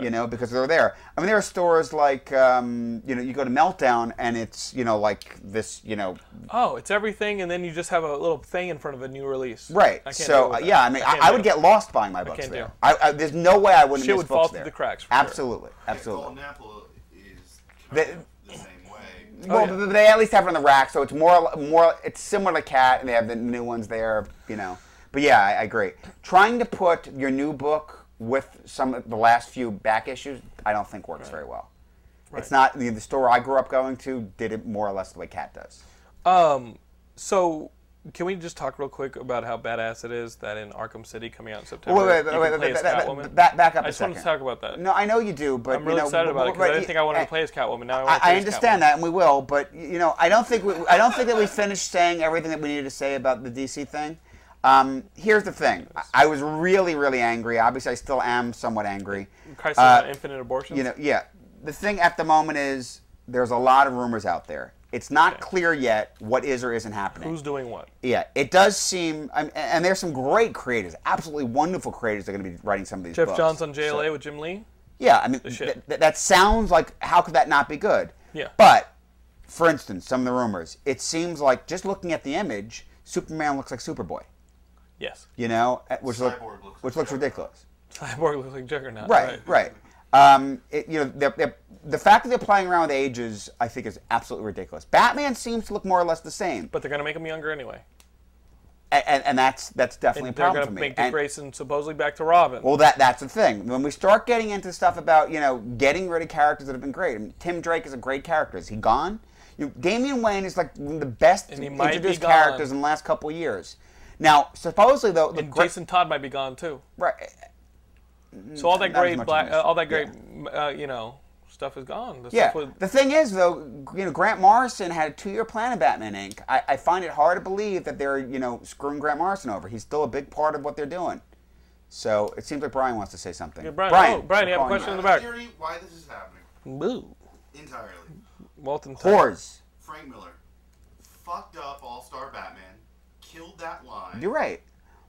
[SPEAKER 2] you know, because they're there. I mean, there are stores like um, you know you go to Meltdown, and it's you know like this you know
[SPEAKER 1] Oh, it's everything, and then you just have a little thing in front of a new release.
[SPEAKER 2] right.
[SPEAKER 1] I can't deal
[SPEAKER 2] so
[SPEAKER 1] with
[SPEAKER 2] uh,
[SPEAKER 1] that.
[SPEAKER 2] yeah, I mean, I,
[SPEAKER 1] can't
[SPEAKER 2] I,
[SPEAKER 1] do
[SPEAKER 2] would
[SPEAKER 1] it.
[SPEAKER 2] get lost buying my books
[SPEAKER 1] can't
[SPEAKER 2] there.
[SPEAKER 1] do it.
[SPEAKER 2] I, I, there's no way I wouldn't
[SPEAKER 1] Shit
[SPEAKER 2] miss
[SPEAKER 1] would
[SPEAKER 2] books
[SPEAKER 1] fall through
[SPEAKER 2] there.
[SPEAKER 1] the cracks, for sure.
[SPEAKER 2] absolutely, absolutely.
[SPEAKER 3] Golden Apple is
[SPEAKER 2] They-
[SPEAKER 3] kind of the same way.
[SPEAKER 2] well,
[SPEAKER 1] yeah.
[SPEAKER 2] but- but they at least have it on the rack, so it's more more it's similar to Cat, and they have the new ones there, you know. But yeah, I, I agree. Trying to put your new book with some of the last few back issues, I don't think works very well. It's not the, the store I grew up going to did it more or less the way Cat does.
[SPEAKER 1] Um, so Can we just talk real quick about how badass it is that in Arkham City coming out in September?
[SPEAKER 2] Wait, wait,
[SPEAKER 1] you
[SPEAKER 2] wait,
[SPEAKER 1] can
[SPEAKER 2] wait,
[SPEAKER 1] play
[SPEAKER 2] wait,
[SPEAKER 1] as
[SPEAKER 2] back-
[SPEAKER 1] Catwoman?
[SPEAKER 2] back, back up
[SPEAKER 1] I
[SPEAKER 2] a
[SPEAKER 1] just wanted
[SPEAKER 2] second.
[SPEAKER 1] to talk about that.
[SPEAKER 2] No, I know you do, but
[SPEAKER 1] I'm really
[SPEAKER 2] you know,
[SPEAKER 1] excited about it
[SPEAKER 2] but-
[SPEAKER 1] because I didn't think I wanted to play as Catwoman. Now I,
[SPEAKER 2] eh, I,
[SPEAKER 1] want to play
[SPEAKER 2] I
[SPEAKER 1] as
[SPEAKER 2] understand
[SPEAKER 1] Catwoman.
[SPEAKER 2] that, and we will. But y- you know, I don't think we, I don't think that we finished saying everything that we needed to say about the DC thing. Um, here's the thing: I, I was really, really angry. Obviously, I still am somewhat angry.
[SPEAKER 1] Crisis
[SPEAKER 2] Uh,
[SPEAKER 1] on Infinite Abortions.
[SPEAKER 2] You know, yeah. The thing at the moment is there's a lot of rumors out there. It's not clear yet what is or isn't happening.
[SPEAKER 1] who's doing what?
[SPEAKER 2] yeah, it does seem, I'm, and there's some great creators, absolutely wonderful creators that are going to be writing some of these
[SPEAKER 1] Jeff
[SPEAKER 2] books.
[SPEAKER 1] Johnson, JLA with Jim Lee.
[SPEAKER 2] Yeah, I mean,
[SPEAKER 1] ship.
[SPEAKER 2] th- th- that sounds like how could that not be good?
[SPEAKER 1] Yeah.
[SPEAKER 2] But, for instance, some of the rumors, it seems like just looking at the image, Superman looks like Superboy.
[SPEAKER 1] Yes,
[SPEAKER 2] You know, eh, which look,
[SPEAKER 3] Cyborg looks
[SPEAKER 2] which
[SPEAKER 3] like
[SPEAKER 2] looks ridiculous.
[SPEAKER 1] Cyborg looks like Juggernaut.
[SPEAKER 2] Right, right. Um, it, you know, they're, they're, the fact that they're playing around with ages, I think, is absolutely ridiculous. Batman seems to look more or less the same,
[SPEAKER 1] But they're gonna make him younger anyway.
[SPEAKER 2] a- and, and that's that's definitely
[SPEAKER 1] And
[SPEAKER 2] a
[SPEAKER 1] they're
[SPEAKER 2] problem
[SPEAKER 1] gonna
[SPEAKER 2] for me.
[SPEAKER 1] make Dick
[SPEAKER 2] And-
[SPEAKER 1] Grayson supposedly back to Robin.
[SPEAKER 2] Well, that that's the thing. When we start getting into stuff about you know getting rid of characters that have been great, I mean, Tim Drake is a great character. Is he gone? You, Damian Wayne is like one of the best
[SPEAKER 1] And he might be
[SPEAKER 2] introduced
[SPEAKER 1] gone.
[SPEAKER 2] characters in the last couple of years. Now, supposedly though, the
[SPEAKER 1] and
[SPEAKER 2] great-
[SPEAKER 1] Jason Todd might be gone too.
[SPEAKER 2] right,
[SPEAKER 1] So all that
[SPEAKER 2] Mm, not as
[SPEAKER 1] great
[SPEAKER 2] much
[SPEAKER 1] black,
[SPEAKER 2] in this.
[SPEAKER 1] uh, all that great, uh, you know, stuff is gone. The
[SPEAKER 2] yeah.
[SPEAKER 1] stuff with-
[SPEAKER 2] The thing is though, you know, Grant Morrison had a two-year plan of Batman Inc. I, I find it hard to believe that they're you know screwing Grant Morrison over. He's still a big part of what they're doing. So it seems like Brian wants to say something.
[SPEAKER 1] Yeah, Brian.
[SPEAKER 2] Brian,
[SPEAKER 1] Oh, Brian, you have a
[SPEAKER 2] we're
[SPEAKER 1] question in
[SPEAKER 2] calling
[SPEAKER 1] the
[SPEAKER 2] you.
[SPEAKER 1] back.
[SPEAKER 3] Theory why this is happening
[SPEAKER 1] Boo.
[SPEAKER 3] entirely.
[SPEAKER 1] Walton. Tyler.
[SPEAKER 2] Whores.
[SPEAKER 3] Frank Miller fucked up All Star Batman, killed that line.
[SPEAKER 2] You're right.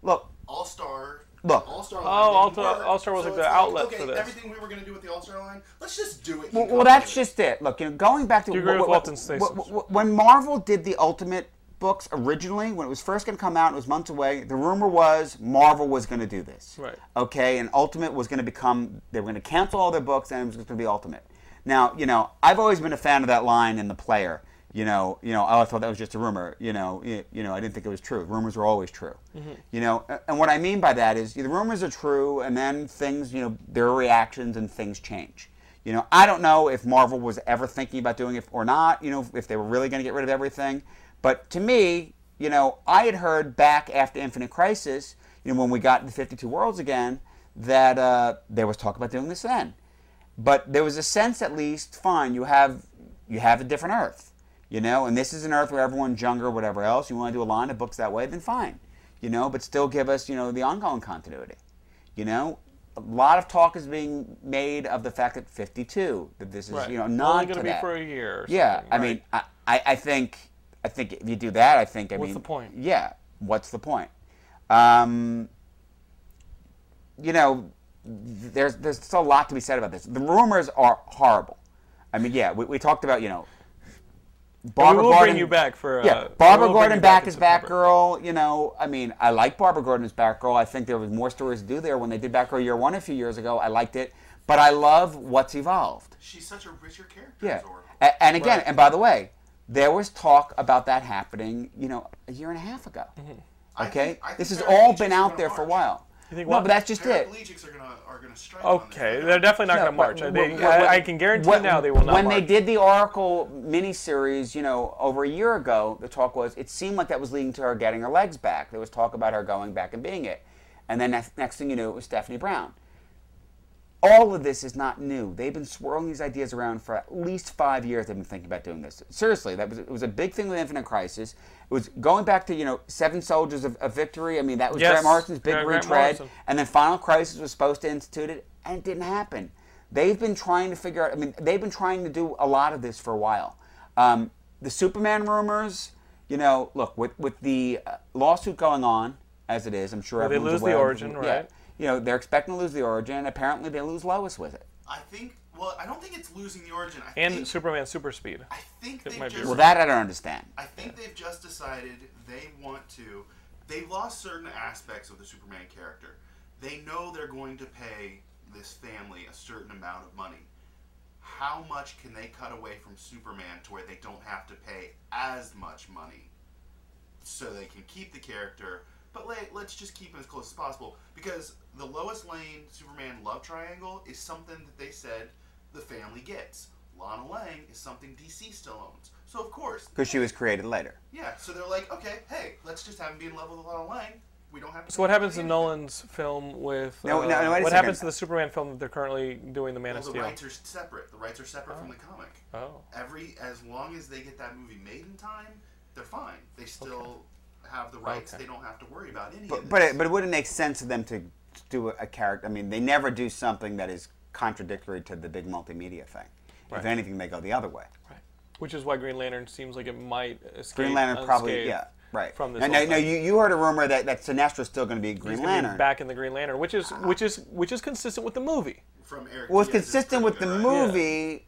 [SPEAKER 2] Look,
[SPEAKER 3] All Star.
[SPEAKER 2] Look.
[SPEAKER 3] All Star.
[SPEAKER 1] Oh, All-Star- All-Star was like the outlet
[SPEAKER 3] okay,
[SPEAKER 1] for this.
[SPEAKER 3] Everything we were gonna do with the All Star line, let's just do it.
[SPEAKER 2] Well, well, that's just it. Look, you know, going back to
[SPEAKER 1] you agree
[SPEAKER 2] wh-
[SPEAKER 1] with
[SPEAKER 2] wh-
[SPEAKER 1] Walton's
[SPEAKER 2] wh-
[SPEAKER 1] thesis?
[SPEAKER 2] wh- wh- when Marvel did the Ultimate books originally, when it was first going to come out, it was months away. The rumor was Marvel was going to do this.
[SPEAKER 1] Right.
[SPEAKER 2] Okay, and Ultimate was going to become they were going to cancel all their books and it was going to be Ultimate. Now, you know, I've always been a fan of that line in the player. You know, you know, oh, I thought that was just a rumor. You know, you, you know, I didn't think it was true. Rumors are always true.
[SPEAKER 1] Mm-hmm.
[SPEAKER 2] You know, a- and what I mean by that is you know, the rumors are true, and then things, you know, there are reactions and things change. You know, I don't know if Marvel was ever thinking about doing it or not, you know, if they were really going to get rid of everything. But to me, you know, I had heard back after Infinite Crisis, you know, when we got the 52 Worlds again, that uh, there was talk about doing this then. But there was a sense, at least, fine, you have you have a different Earth, you know, and this is an Earth where everyone's younger, or whatever else. You want to do a line of books that way, then fine, you know, but still give us, you know, the ongoing continuity. You know, a lot of talk is being made of the fact that 52, that this is,
[SPEAKER 1] Right.
[SPEAKER 2] you know,
[SPEAKER 1] Only
[SPEAKER 2] not
[SPEAKER 1] gonna
[SPEAKER 2] to
[SPEAKER 1] be
[SPEAKER 2] that.
[SPEAKER 1] for a year or
[SPEAKER 2] Yeah,
[SPEAKER 1] something,
[SPEAKER 2] I
[SPEAKER 1] right.
[SPEAKER 2] mean, I, I, I think, I think if you do that, I think, I
[SPEAKER 1] What's
[SPEAKER 2] mean,
[SPEAKER 1] the point?
[SPEAKER 2] Yeah, what's the point? Um, you know, there's there's still a lot to be said about this. The rumors are horrible. I mean, yeah, we, we talked about you know. Barbara
[SPEAKER 1] will bring you back for, uh,
[SPEAKER 2] yeah,
[SPEAKER 1] we
[SPEAKER 2] Barbara
[SPEAKER 1] will bring
[SPEAKER 2] Gordon
[SPEAKER 1] you back
[SPEAKER 2] back,
[SPEAKER 1] in
[SPEAKER 2] as Batgirl.
[SPEAKER 1] September.
[SPEAKER 2] Batgirl, you know, I mean, I like Barbara Gordon as Batgirl. I think there was more stories to do there when they did Batgirl Year One a few years ago. I liked it, but I love what's evolved.
[SPEAKER 3] She's such a richer character.
[SPEAKER 2] Yeah,
[SPEAKER 3] as Oracle.
[SPEAKER 2] A- and again, and by the way, there was talk about that happening, you know, a year and a half ago.
[SPEAKER 1] Mm-hmm.
[SPEAKER 3] I
[SPEAKER 2] Okay,
[SPEAKER 3] think- I think
[SPEAKER 2] this has
[SPEAKER 3] paraplegics
[SPEAKER 2] all
[SPEAKER 3] are
[SPEAKER 2] been
[SPEAKER 3] gonna
[SPEAKER 2] out there for a
[SPEAKER 3] march.
[SPEAKER 2] while.
[SPEAKER 1] You think
[SPEAKER 2] no,
[SPEAKER 1] what?
[SPEAKER 2] but that's just it.
[SPEAKER 3] Paraplegics are gonna are gonna strike. on this.
[SPEAKER 1] Okay, they're definitely not
[SPEAKER 2] No,
[SPEAKER 1] going to march.
[SPEAKER 2] but wh-
[SPEAKER 1] They-
[SPEAKER 2] wh-
[SPEAKER 1] I,
[SPEAKER 2] wh-
[SPEAKER 1] I can guarantee
[SPEAKER 2] wh-
[SPEAKER 1] now they will not.
[SPEAKER 2] When
[SPEAKER 1] march.
[SPEAKER 2] they did the Oracle miniseries, you know, over a year ago, the talk was it seemed like that was leading to her getting her legs back. There was talk about her going back and being it, and then next, next thing you knew, it was Stephanie Brown. All of this is not new. They've been swirling these ideas around for at least five years. They've been thinking about doing this. Seriously, that was it was a big thing with Infinite Crisis. It was going back to you know Seven Soldiers of, of Victory. I mean, that was
[SPEAKER 1] Yes,
[SPEAKER 2] Grant Morrison's big
[SPEAKER 1] Grant- Grant
[SPEAKER 2] retread.
[SPEAKER 1] Morrison.
[SPEAKER 2] And then Final Crisis was supposed to institute it, and it didn't happen. They've been trying to figure out. I mean, they've been trying to do a lot of this for a while. Um, the Superman rumors, you know, look with with the uh, lawsuit going on as it is, I'm sure
[SPEAKER 1] they
[SPEAKER 2] everyone's
[SPEAKER 1] lose the
[SPEAKER 2] aware of-
[SPEAKER 1] origin,
[SPEAKER 2] yeah.
[SPEAKER 1] right?
[SPEAKER 2] You know, they're expecting to lose the origin. Apparently, they lose Lois with it.
[SPEAKER 3] I think. Well, I don't think it's losing the origin. I
[SPEAKER 1] and
[SPEAKER 3] think,
[SPEAKER 1] Superman super speed.
[SPEAKER 3] I think they've
[SPEAKER 1] might be
[SPEAKER 3] just.
[SPEAKER 2] Well, that I don't understand.
[SPEAKER 3] I think they've just decided they want to. They lost certain aspects of the Superman character. They know they're going to pay this family a certain amount of money. How much can they cut away from Superman to where they don't have to pay as much money so they can keep the character? But let, let's just keep it as close as possible because the Lois Lane Superman love triangle is something that they said the family gets. Lana Lang is something DC still owns. So of course,
[SPEAKER 2] because she was created later.
[SPEAKER 3] yeah. So they're like, okay, hey, let's just have him be in love with Lana Lang. We don't have to.
[SPEAKER 1] So what happens to Nolan's film with?
[SPEAKER 2] No,
[SPEAKER 1] uh,
[SPEAKER 2] no, no, wait a
[SPEAKER 1] what
[SPEAKER 2] second.
[SPEAKER 1] happens to the Superman film that they're currently doing, The Man
[SPEAKER 3] Well,
[SPEAKER 1] of
[SPEAKER 3] the
[SPEAKER 1] Steel?
[SPEAKER 3] rights are separate. The rights are separate from the comic.
[SPEAKER 1] Oh,
[SPEAKER 3] Every as long as they get that movie made in time, they're fine. They still have the rights.
[SPEAKER 1] Okay.
[SPEAKER 3] They don't have to worry about any of
[SPEAKER 2] But
[SPEAKER 3] this.
[SPEAKER 2] but it, but it wouldn't make sense for them to do a, a character. I mean, they never do something that is contradictory to the big multimedia thing. If
[SPEAKER 1] Right.
[SPEAKER 2] anything, they go the other way.
[SPEAKER 1] right. Which is why Green Lantern seems like it might escape.
[SPEAKER 2] Green Lantern probably
[SPEAKER 1] unscathed
[SPEAKER 2] yeah right.
[SPEAKER 1] From this.
[SPEAKER 2] now,
[SPEAKER 1] whole
[SPEAKER 2] now, now
[SPEAKER 1] thing.
[SPEAKER 2] you, you heard a rumor that that Sinastra's still going to be Green
[SPEAKER 1] He's gonna be
[SPEAKER 2] Lantern.
[SPEAKER 1] back in the Green Lantern, which is which is which is consistent with the movie.
[SPEAKER 3] from Eric
[SPEAKER 2] well, it's
[SPEAKER 3] Diaz's
[SPEAKER 2] consistent with the
[SPEAKER 3] Predator, right?
[SPEAKER 2] movie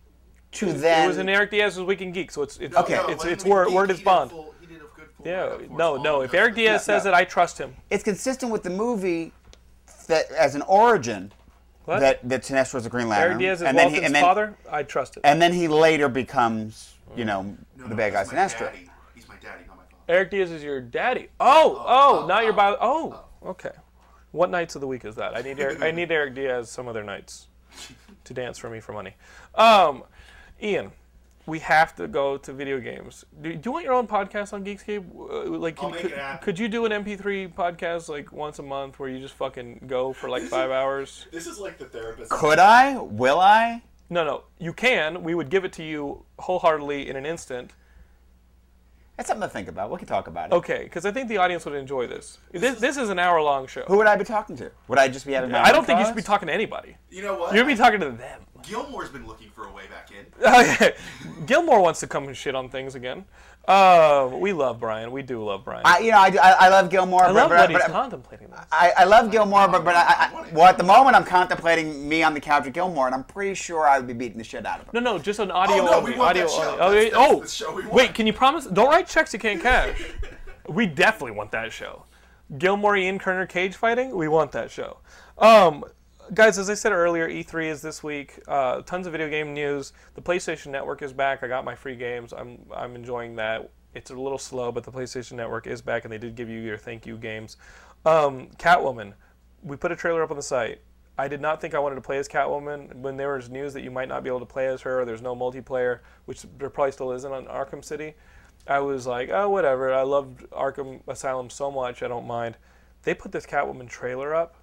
[SPEAKER 2] to then.
[SPEAKER 1] it was in Eric Diaz's Week in Geek, so it's it's
[SPEAKER 2] Okay.
[SPEAKER 3] No,
[SPEAKER 1] it's,
[SPEAKER 3] when
[SPEAKER 1] it's
[SPEAKER 3] we
[SPEAKER 1] word
[SPEAKER 3] peak,
[SPEAKER 1] word
[SPEAKER 3] he
[SPEAKER 1] is
[SPEAKER 3] did a
[SPEAKER 1] bond.
[SPEAKER 3] full- he did a good full
[SPEAKER 1] Yeah,
[SPEAKER 3] write-up for
[SPEAKER 1] no,
[SPEAKER 3] us
[SPEAKER 1] no.
[SPEAKER 3] on
[SPEAKER 1] If Eric
[SPEAKER 3] Justice
[SPEAKER 1] Diaz
[SPEAKER 2] No,
[SPEAKER 1] says
[SPEAKER 2] no.
[SPEAKER 1] it, I trust him.
[SPEAKER 2] it's consistent with the movie that as an origin
[SPEAKER 1] What?
[SPEAKER 2] that that Sinestro was a Green Lantern.
[SPEAKER 1] Eric Diaz is
[SPEAKER 2] and
[SPEAKER 1] Walton's
[SPEAKER 2] then he, and then,
[SPEAKER 1] father. Mm. I trust it.
[SPEAKER 2] And then he later becomes, you know,
[SPEAKER 3] No,
[SPEAKER 2] the
[SPEAKER 3] no,
[SPEAKER 2] bad guy
[SPEAKER 3] he's my
[SPEAKER 2] Sinestro.
[SPEAKER 3] daddy. He's my daddy, not my father.
[SPEAKER 1] Eric Diaz is your daddy. Oh, oh, now you're by. Oh, okay. What nights of the week is that? I need Eric, I need Eric Diaz some other nights to dance for me for money. Um, Ian, we have to go to video games. Do, do you want your own podcast on Geekscape? Uh, Like,
[SPEAKER 3] I'll
[SPEAKER 1] could,
[SPEAKER 3] make it happen.
[SPEAKER 1] could you do an MP3 podcast like once a month where you just fucking go for like five hours?
[SPEAKER 3] This is like the therapist.
[SPEAKER 2] Could I? Will I?
[SPEAKER 1] No, no, you can. We would give it to you wholeheartedly in an instant.
[SPEAKER 2] That's something to think about. We can talk about it.
[SPEAKER 1] Okay, because I think the audience would enjoy this. This, this is an hour long show.
[SPEAKER 2] Who would I be talking to? Would I just be having my
[SPEAKER 1] I
[SPEAKER 2] own
[SPEAKER 1] don't think you should be
[SPEAKER 2] thoughts?
[SPEAKER 1] talking to anybody.
[SPEAKER 3] You know what?
[SPEAKER 1] You're gonna be talking to them.
[SPEAKER 3] Gilmore's been looking for a way back in.
[SPEAKER 1] Gilmore wants to come and shit on things again. Uh, we love Brian. We do love Brian. I,
[SPEAKER 2] I, you know, I, do- I, I love Gilmore. but,
[SPEAKER 1] love
[SPEAKER 2] but,
[SPEAKER 1] that he's
[SPEAKER 2] but-
[SPEAKER 1] contemplating this.
[SPEAKER 2] I, I love Gilmore, but, but I, I, well, at the moment I'm contemplating me on the couch with Gilmore, and I'm pretty sure I would be beating the shit out of him.
[SPEAKER 1] No, no, just an audio
[SPEAKER 3] Oh, no,
[SPEAKER 1] only.
[SPEAKER 3] we want
[SPEAKER 1] audio
[SPEAKER 3] that show.
[SPEAKER 1] only.
[SPEAKER 3] That's-
[SPEAKER 1] Okay,
[SPEAKER 3] that's
[SPEAKER 1] oh,
[SPEAKER 3] the show we
[SPEAKER 1] wait,
[SPEAKER 3] want.
[SPEAKER 1] can you promise? Don't write checks you can't cash. we definitely want that show. Gilmore Ian Kerner cage fighting. We want that show. Um, guys, as I said earlier, E3 is this week. Uh, tons of video game news. The PlayStation Network is back. I got my free games. I'm I'm enjoying that. It's a little slow, but the PlayStation Network is back, and they did give you your thank you games. Um, Catwoman. We put a trailer up on the site. I did not think I wanted to play as Catwoman when there was news that you might not be able to play as her. Or there's no multiplayer, which there probably still isn't on Arkham City. I was like, oh, whatever. I loved Arkham Asylum so much, I don't mind. They put this Catwoman trailer up,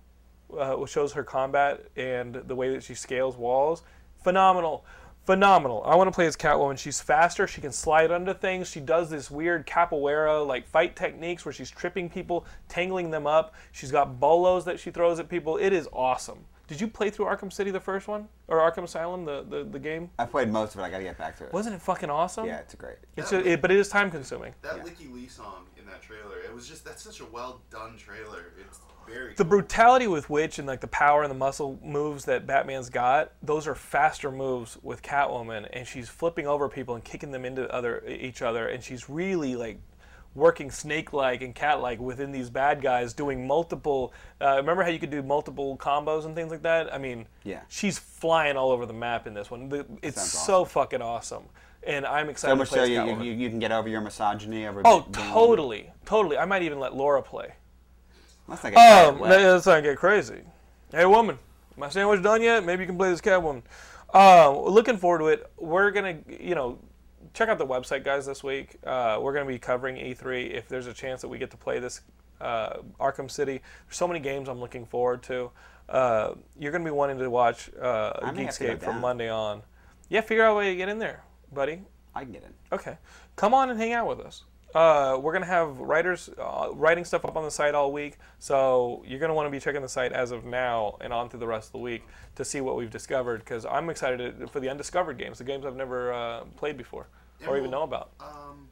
[SPEAKER 1] uh, which shows her combat and the way that she scales walls. Phenomenal. Phenomenal. I want to play as Catwoman. She's faster. She can slide under things. She does this weird capoeira like fight techniques where she's tripping people, tangling them up. She's got bolos that she throws at people. It is awesome. Did you play through Arkham City, the first one? Or Arkham Asylum, the, the, the game?
[SPEAKER 2] I played most of it. I got to get back to it.
[SPEAKER 1] Wasn't it fucking awesome?
[SPEAKER 2] yeah, it's great.
[SPEAKER 1] It's ju- it, but it is time consuming.
[SPEAKER 3] That Licky Lee song in that trailer, it was just that's such a well done trailer. It's very
[SPEAKER 1] the
[SPEAKER 3] cool.
[SPEAKER 1] brutality with which and like the power and the muscle moves that Batman's got, those are faster moves with Catwoman, and she's flipping over people and kicking them into other e, each other, and she's really like working snake-like and cat-like within these bad guys, doing multiple. Uh, remember how you could do multiple combos and things like that? I mean,
[SPEAKER 2] Yeah.
[SPEAKER 1] she's flying all over the map in this one. The, it's
[SPEAKER 2] sounds
[SPEAKER 1] so fucking awesome, and I'm excited.
[SPEAKER 2] So much
[SPEAKER 1] to play
[SPEAKER 2] so
[SPEAKER 1] as
[SPEAKER 2] you,
[SPEAKER 1] Catwoman.
[SPEAKER 2] you, you can get over your misogyny. Over
[SPEAKER 1] oh,
[SPEAKER 2] being-
[SPEAKER 1] totally, totally. I might even let Laura play.
[SPEAKER 2] Let's not get
[SPEAKER 1] Um, let's not get crazy. Hey, woman, my sandwich done yet? Maybe you can play this Catwoman. Uh, looking forward to it. We're gonna, you know, check out the website, guys. This week, uh, we're gonna be covering E3. If there's a chance that we get to play this uh, Arkham City, there's so many games I'm looking forward to. Uh, you're gonna be wanting to watch uh,
[SPEAKER 2] may have to go
[SPEAKER 1] Geekscape from
[SPEAKER 2] down.
[SPEAKER 1] Monday on. Yeah, figure out a way to get in there, buddy.
[SPEAKER 2] I can get in.
[SPEAKER 1] Okay, come on and hang out with us. Uh, we're gonna have writers uh, writing stuff up on the site all week, so you're gonna want to be checking the site as of now and on through the rest of the week to see what we've discovered. Because I'm excited to- for the undiscovered games, the games I've never uh, played before or even know about.
[SPEAKER 3] um,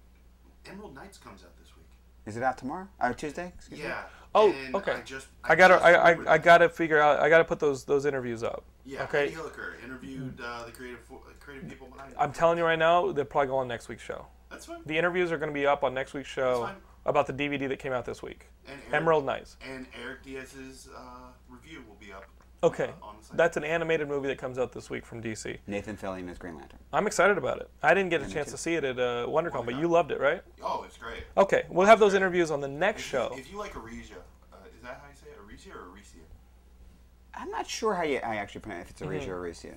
[SPEAKER 3] Emerald Knights comes out this week.
[SPEAKER 2] Is it out tomorrow? Or Tuesday? Excuse me.
[SPEAKER 3] Yeah.
[SPEAKER 1] Oh,
[SPEAKER 3] and
[SPEAKER 1] okay.
[SPEAKER 3] I just
[SPEAKER 1] I gotta,
[SPEAKER 3] just
[SPEAKER 1] I,
[SPEAKER 3] remembered
[SPEAKER 1] I, I
[SPEAKER 3] that.
[SPEAKER 1] gotta figure out. I gotta put those those interviews up.
[SPEAKER 3] Yeah.
[SPEAKER 1] Okay.
[SPEAKER 3] Heidi Hilliker interviewed uh, the creative fo- uh, creative people behind it.
[SPEAKER 1] I'm telling you right now, they'll probably go on next week's show.
[SPEAKER 3] That's fine.
[SPEAKER 1] The interviews are gonna be up on next week's show
[SPEAKER 3] That's fine.
[SPEAKER 1] about the DVD that came out this week,
[SPEAKER 3] And Eric-
[SPEAKER 1] Emerald Knights.
[SPEAKER 3] and Eric Diaz's uh, review will be up.
[SPEAKER 1] Okay,
[SPEAKER 3] uh, on the site.
[SPEAKER 1] that's an animated movie that comes out this week from DC.
[SPEAKER 2] Nathan Fillion is Green Lantern.
[SPEAKER 1] I'm excited about it. I didn't get a chance to see it at uh, WonderCon, but you loved it, right?
[SPEAKER 3] Oh, it's great.
[SPEAKER 1] Okay, we'll have those interviews on the next
[SPEAKER 3] If you-
[SPEAKER 1] show.
[SPEAKER 3] If you like Aresia, uh, is that how you say it? Aresia or Aresia?
[SPEAKER 1] Mm-hmm.
[SPEAKER 2] I'm not sure how you I actually pronounce it, if it's Aresia or Aresia.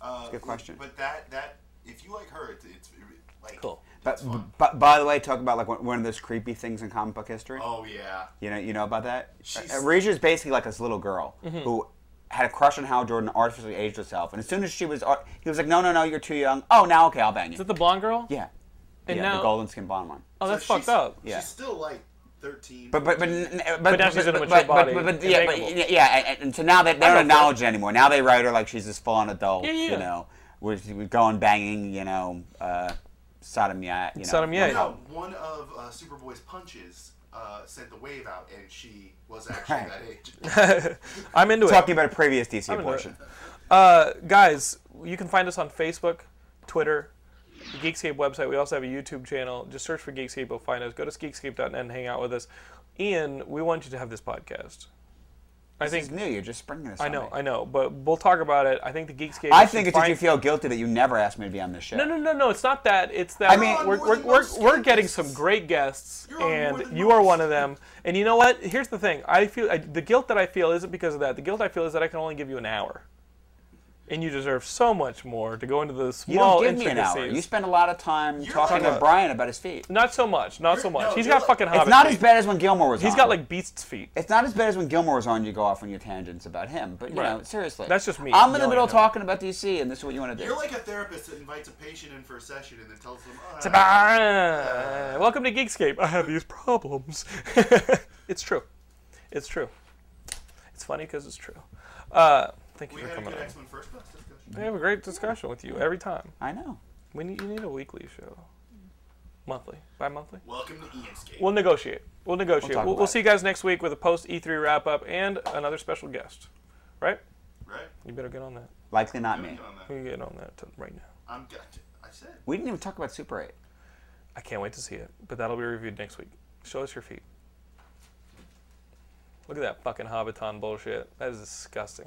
[SPEAKER 3] Uh,
[SPEAKER 2] good question.
[SPEAKER 3] But that that if you like her, it's, it's it- like
[SPEAKER 1] Cool.
[SPEAKER 3] That's
[SPEAKER 2] But,
[SPEAKER 3] fun.
[SPEAKER 2] but by the way, talk about like one one of those creepy things in comic book history.
[SPEAKER 3] Oh yeah,
[SPEAKER 2] You know, you know about that.
[SPEAKER 3] She's-
[SPEAKER 2] Uh, Regis basically like this little girl
[SPEAKER 1] Mm-hmm.
[SPEAKER 2] who had a crush on Hal Jordan, artificially aged herself, and as soon as she was, ar- he was like, "No, no, no, you're too young." Oh, now okay, I'll bang you.
[SPEAKER 1] Is it the blonde girl?
[SPEAKER 2] yeah,
[SPEAKER 1] And
[SPEAKER 2] yeah,
[SPEAKER 1] now-
[SPEAKER 2] the golden skin blonde one.
[SPEAKER 1] Oh, that's
[SPEAKER 3] So
[SPEAKER 1] fucked
[SPEAKER 3] she's-
[SPEAKER 1] up.
[SPEAKER 2] Yeah.
[SPEAKER 3] she's still like thirteen.
[SPEAKER 2] But but but n- n-
[SPEAKER 1] But now she's in a
[SPEAKER 2] but-
[SPEAKER 1] mature
[SPEAKER 2] but-
[SPEAKER 1] body
[SPEAKER 2] But, but,
[SPEAKER 1] and
[SPEAKER 2] yeah, but,
[SPEAKER 1] makeable.
[SPEAKER 2] yeah, and- and, and so now they, they
[SPEAKER 1] I'm
[SPEAKER 2] don't
[SPEAKER 1] okay.
[SPEAKER 2] acknowledge it anymore. Now they write her like she's this full-on adult.
[SPEAKER 1] Yeah, yeah.
[SPEAKER 2] You know, with, with going banging. You know, uh, sodomite. You know,
[SPEAKER 1] Sodomite.
[SPEAKER 3] no, one of uh, Superboy's punches uh, sent the wave out, and she was actually
[SPEAKER 2] Right.
[SPEAKER 3] that age.
[SPEAKER 1] I'm into it.
[SPEAKER 2] Talking about a previous DC
[SPEAKER 1] into
[SPEAKER 2] abortion.
[SPEAKER 1] Uh, guys, you can find us on Facebook, Twitter, the Geekscape website. We also have a YouTube channel. Just search for Geekscape, you'll find us. Go to geekscape.net and hang out with us. Ian, we want you to have this podcast. I
[SPEAKER 2] This is
[SPEAKER 1] think
[SPEAKER 2] new. You're just springing this.
[SPEAKER 1] I
[SPEAKER 2] on
[SPEAKER 1] know,
[SPEAKER 2] me.
[SPEAKER 1] I know, but we'll talk about it. I think the Geekscape.
[SPEAKER 2] I
[SPEAKER 1] is
[SPEAKER 2] think
[SPEAKER 1] to
[SPEAKER 2] it should you
[SPEAKER 1] find-
[SPEAKER 2] feel guilty that you never asked me to be on this show.
[SPEAKER 1] No, no, no, no. It's not that. It's that. I
[SPEAKER 2] mean-
[SPEAKER 1] we're,
[SPEAKER 3] You're on more
[SPEAKER 1] we're,
[SPEAKER 3] than
[SPEAKER 1] we're,
[SPEAKER 3] most
[SPEAKER 1] we're getting
[SPEAKER 3] guests.
[SPEAKER 1] some great guests,
[SPEAKER 3] You're on more
[SPEAKER 1] and
[SPEAKER 3] than
[SPEAKER 1] you are
[SPEAKER 3] most.
[SPEAKER 1] one of them. And you know what? Here's the thing. I feel I, the guilt that I feel isn't because of that. The guilt I feel is that I can only give you an hour, and you deserve so much more to go into the
[SPEAKER 2] You
[SPEAKER 1] small
[SPEAKER 2] don't give me an
[SPEAKER 1] intricacies.
[SPEAKER 2] hour. You spend a lot of time talking
[SPEAKER 3] like
[SPEAKER 2] to
[SPEAKER 3] a-
[SPEAKER 2] Brian about his feet.
[SPEAKER 1] not so much. Not so
[SPEAKER 3] You're-
[SPEAKER 1] much.
[SPEAKER 3] no,
[SPEAKER 1] He's
[SPEAKER 3] you're
[SPEAKER 1] got
[SPEAKER 3] like-
[SPEAKER 1] fucking hobbit.
[SPEAKER 2] It's not as
[SPEAKER 1] feet.
[SPEAKER 2] bad as when Gilmore was
[SPEAKER 1] He's
[SPEAKER 2] on.
[SPEAKER 1] got like beast's feet.
[SPEAKER 2] It's not as bad as when Gilmore was on. You go off on your tangents about him, but you
[SPEAKER 1] Right.
[SPEAKER 2] know, seriously,
[SPEAKER 1] That's just me
[SPEAKER 2] I'm in the
[SPEAKER 1] yelling
[SPEAKER 2] middle
[SPEAKER 1] at him.
[SPEAKER 2] talking about DC, and this is what you want to do.
[SPEAKER 3] You're like a therapist that invites a patient in for a session and then tells them, oh,
[SPEAKER 1] Ah, Welcome to Geekscape. I have these problems. it's true. It's true. It's funny because it's true. Uh, thank you
[SPEAKER 3] "We
[SPEAKER 1] for
[SPEAKER 3] had a
[SPEAKER 1] coming
[SPEAKER 3] good
[SPEAKER 1] on.
[SPEAKER 3] X-Men first class discussion."
[SPEAKER 1] We have a great discussion with you every time.
[SPEAKER 2] I know.
[SPEAKER 1] We need, you need a weekly show. Monthly. Bi monthly?
[SPEAKER 3] Welcome to Eanscape.
[SPEAKER 1] We'll negotiate. We'll negotiate.
[SPEAKER 2] talk
[SPEAKER 1] We'll,
[SPEAKER 2] about
[SPEAKER 1] we'll
[SPEAKER 2] it.
[SPEAKER 1] see you guys next week with a post E3 wrap up and another special guest. Right?
[SPEAKER 3] right?
[SPEAKER 1] You better get on that.
[SPEAKER 2] Likely not me.
[SPEAKER 3] Get on that.
[SPEAKER 1] You get on that t- right now.
[SPEAKER 3] I'm got I said.
[SPEAKER 2] We didn't even talk about Super 8.
[SPEAKER 1] I can't wait to see it, but that'll be reviewed next week. Show us your feet. Look at that fucking Hobbiton bullshit. That is disgusting.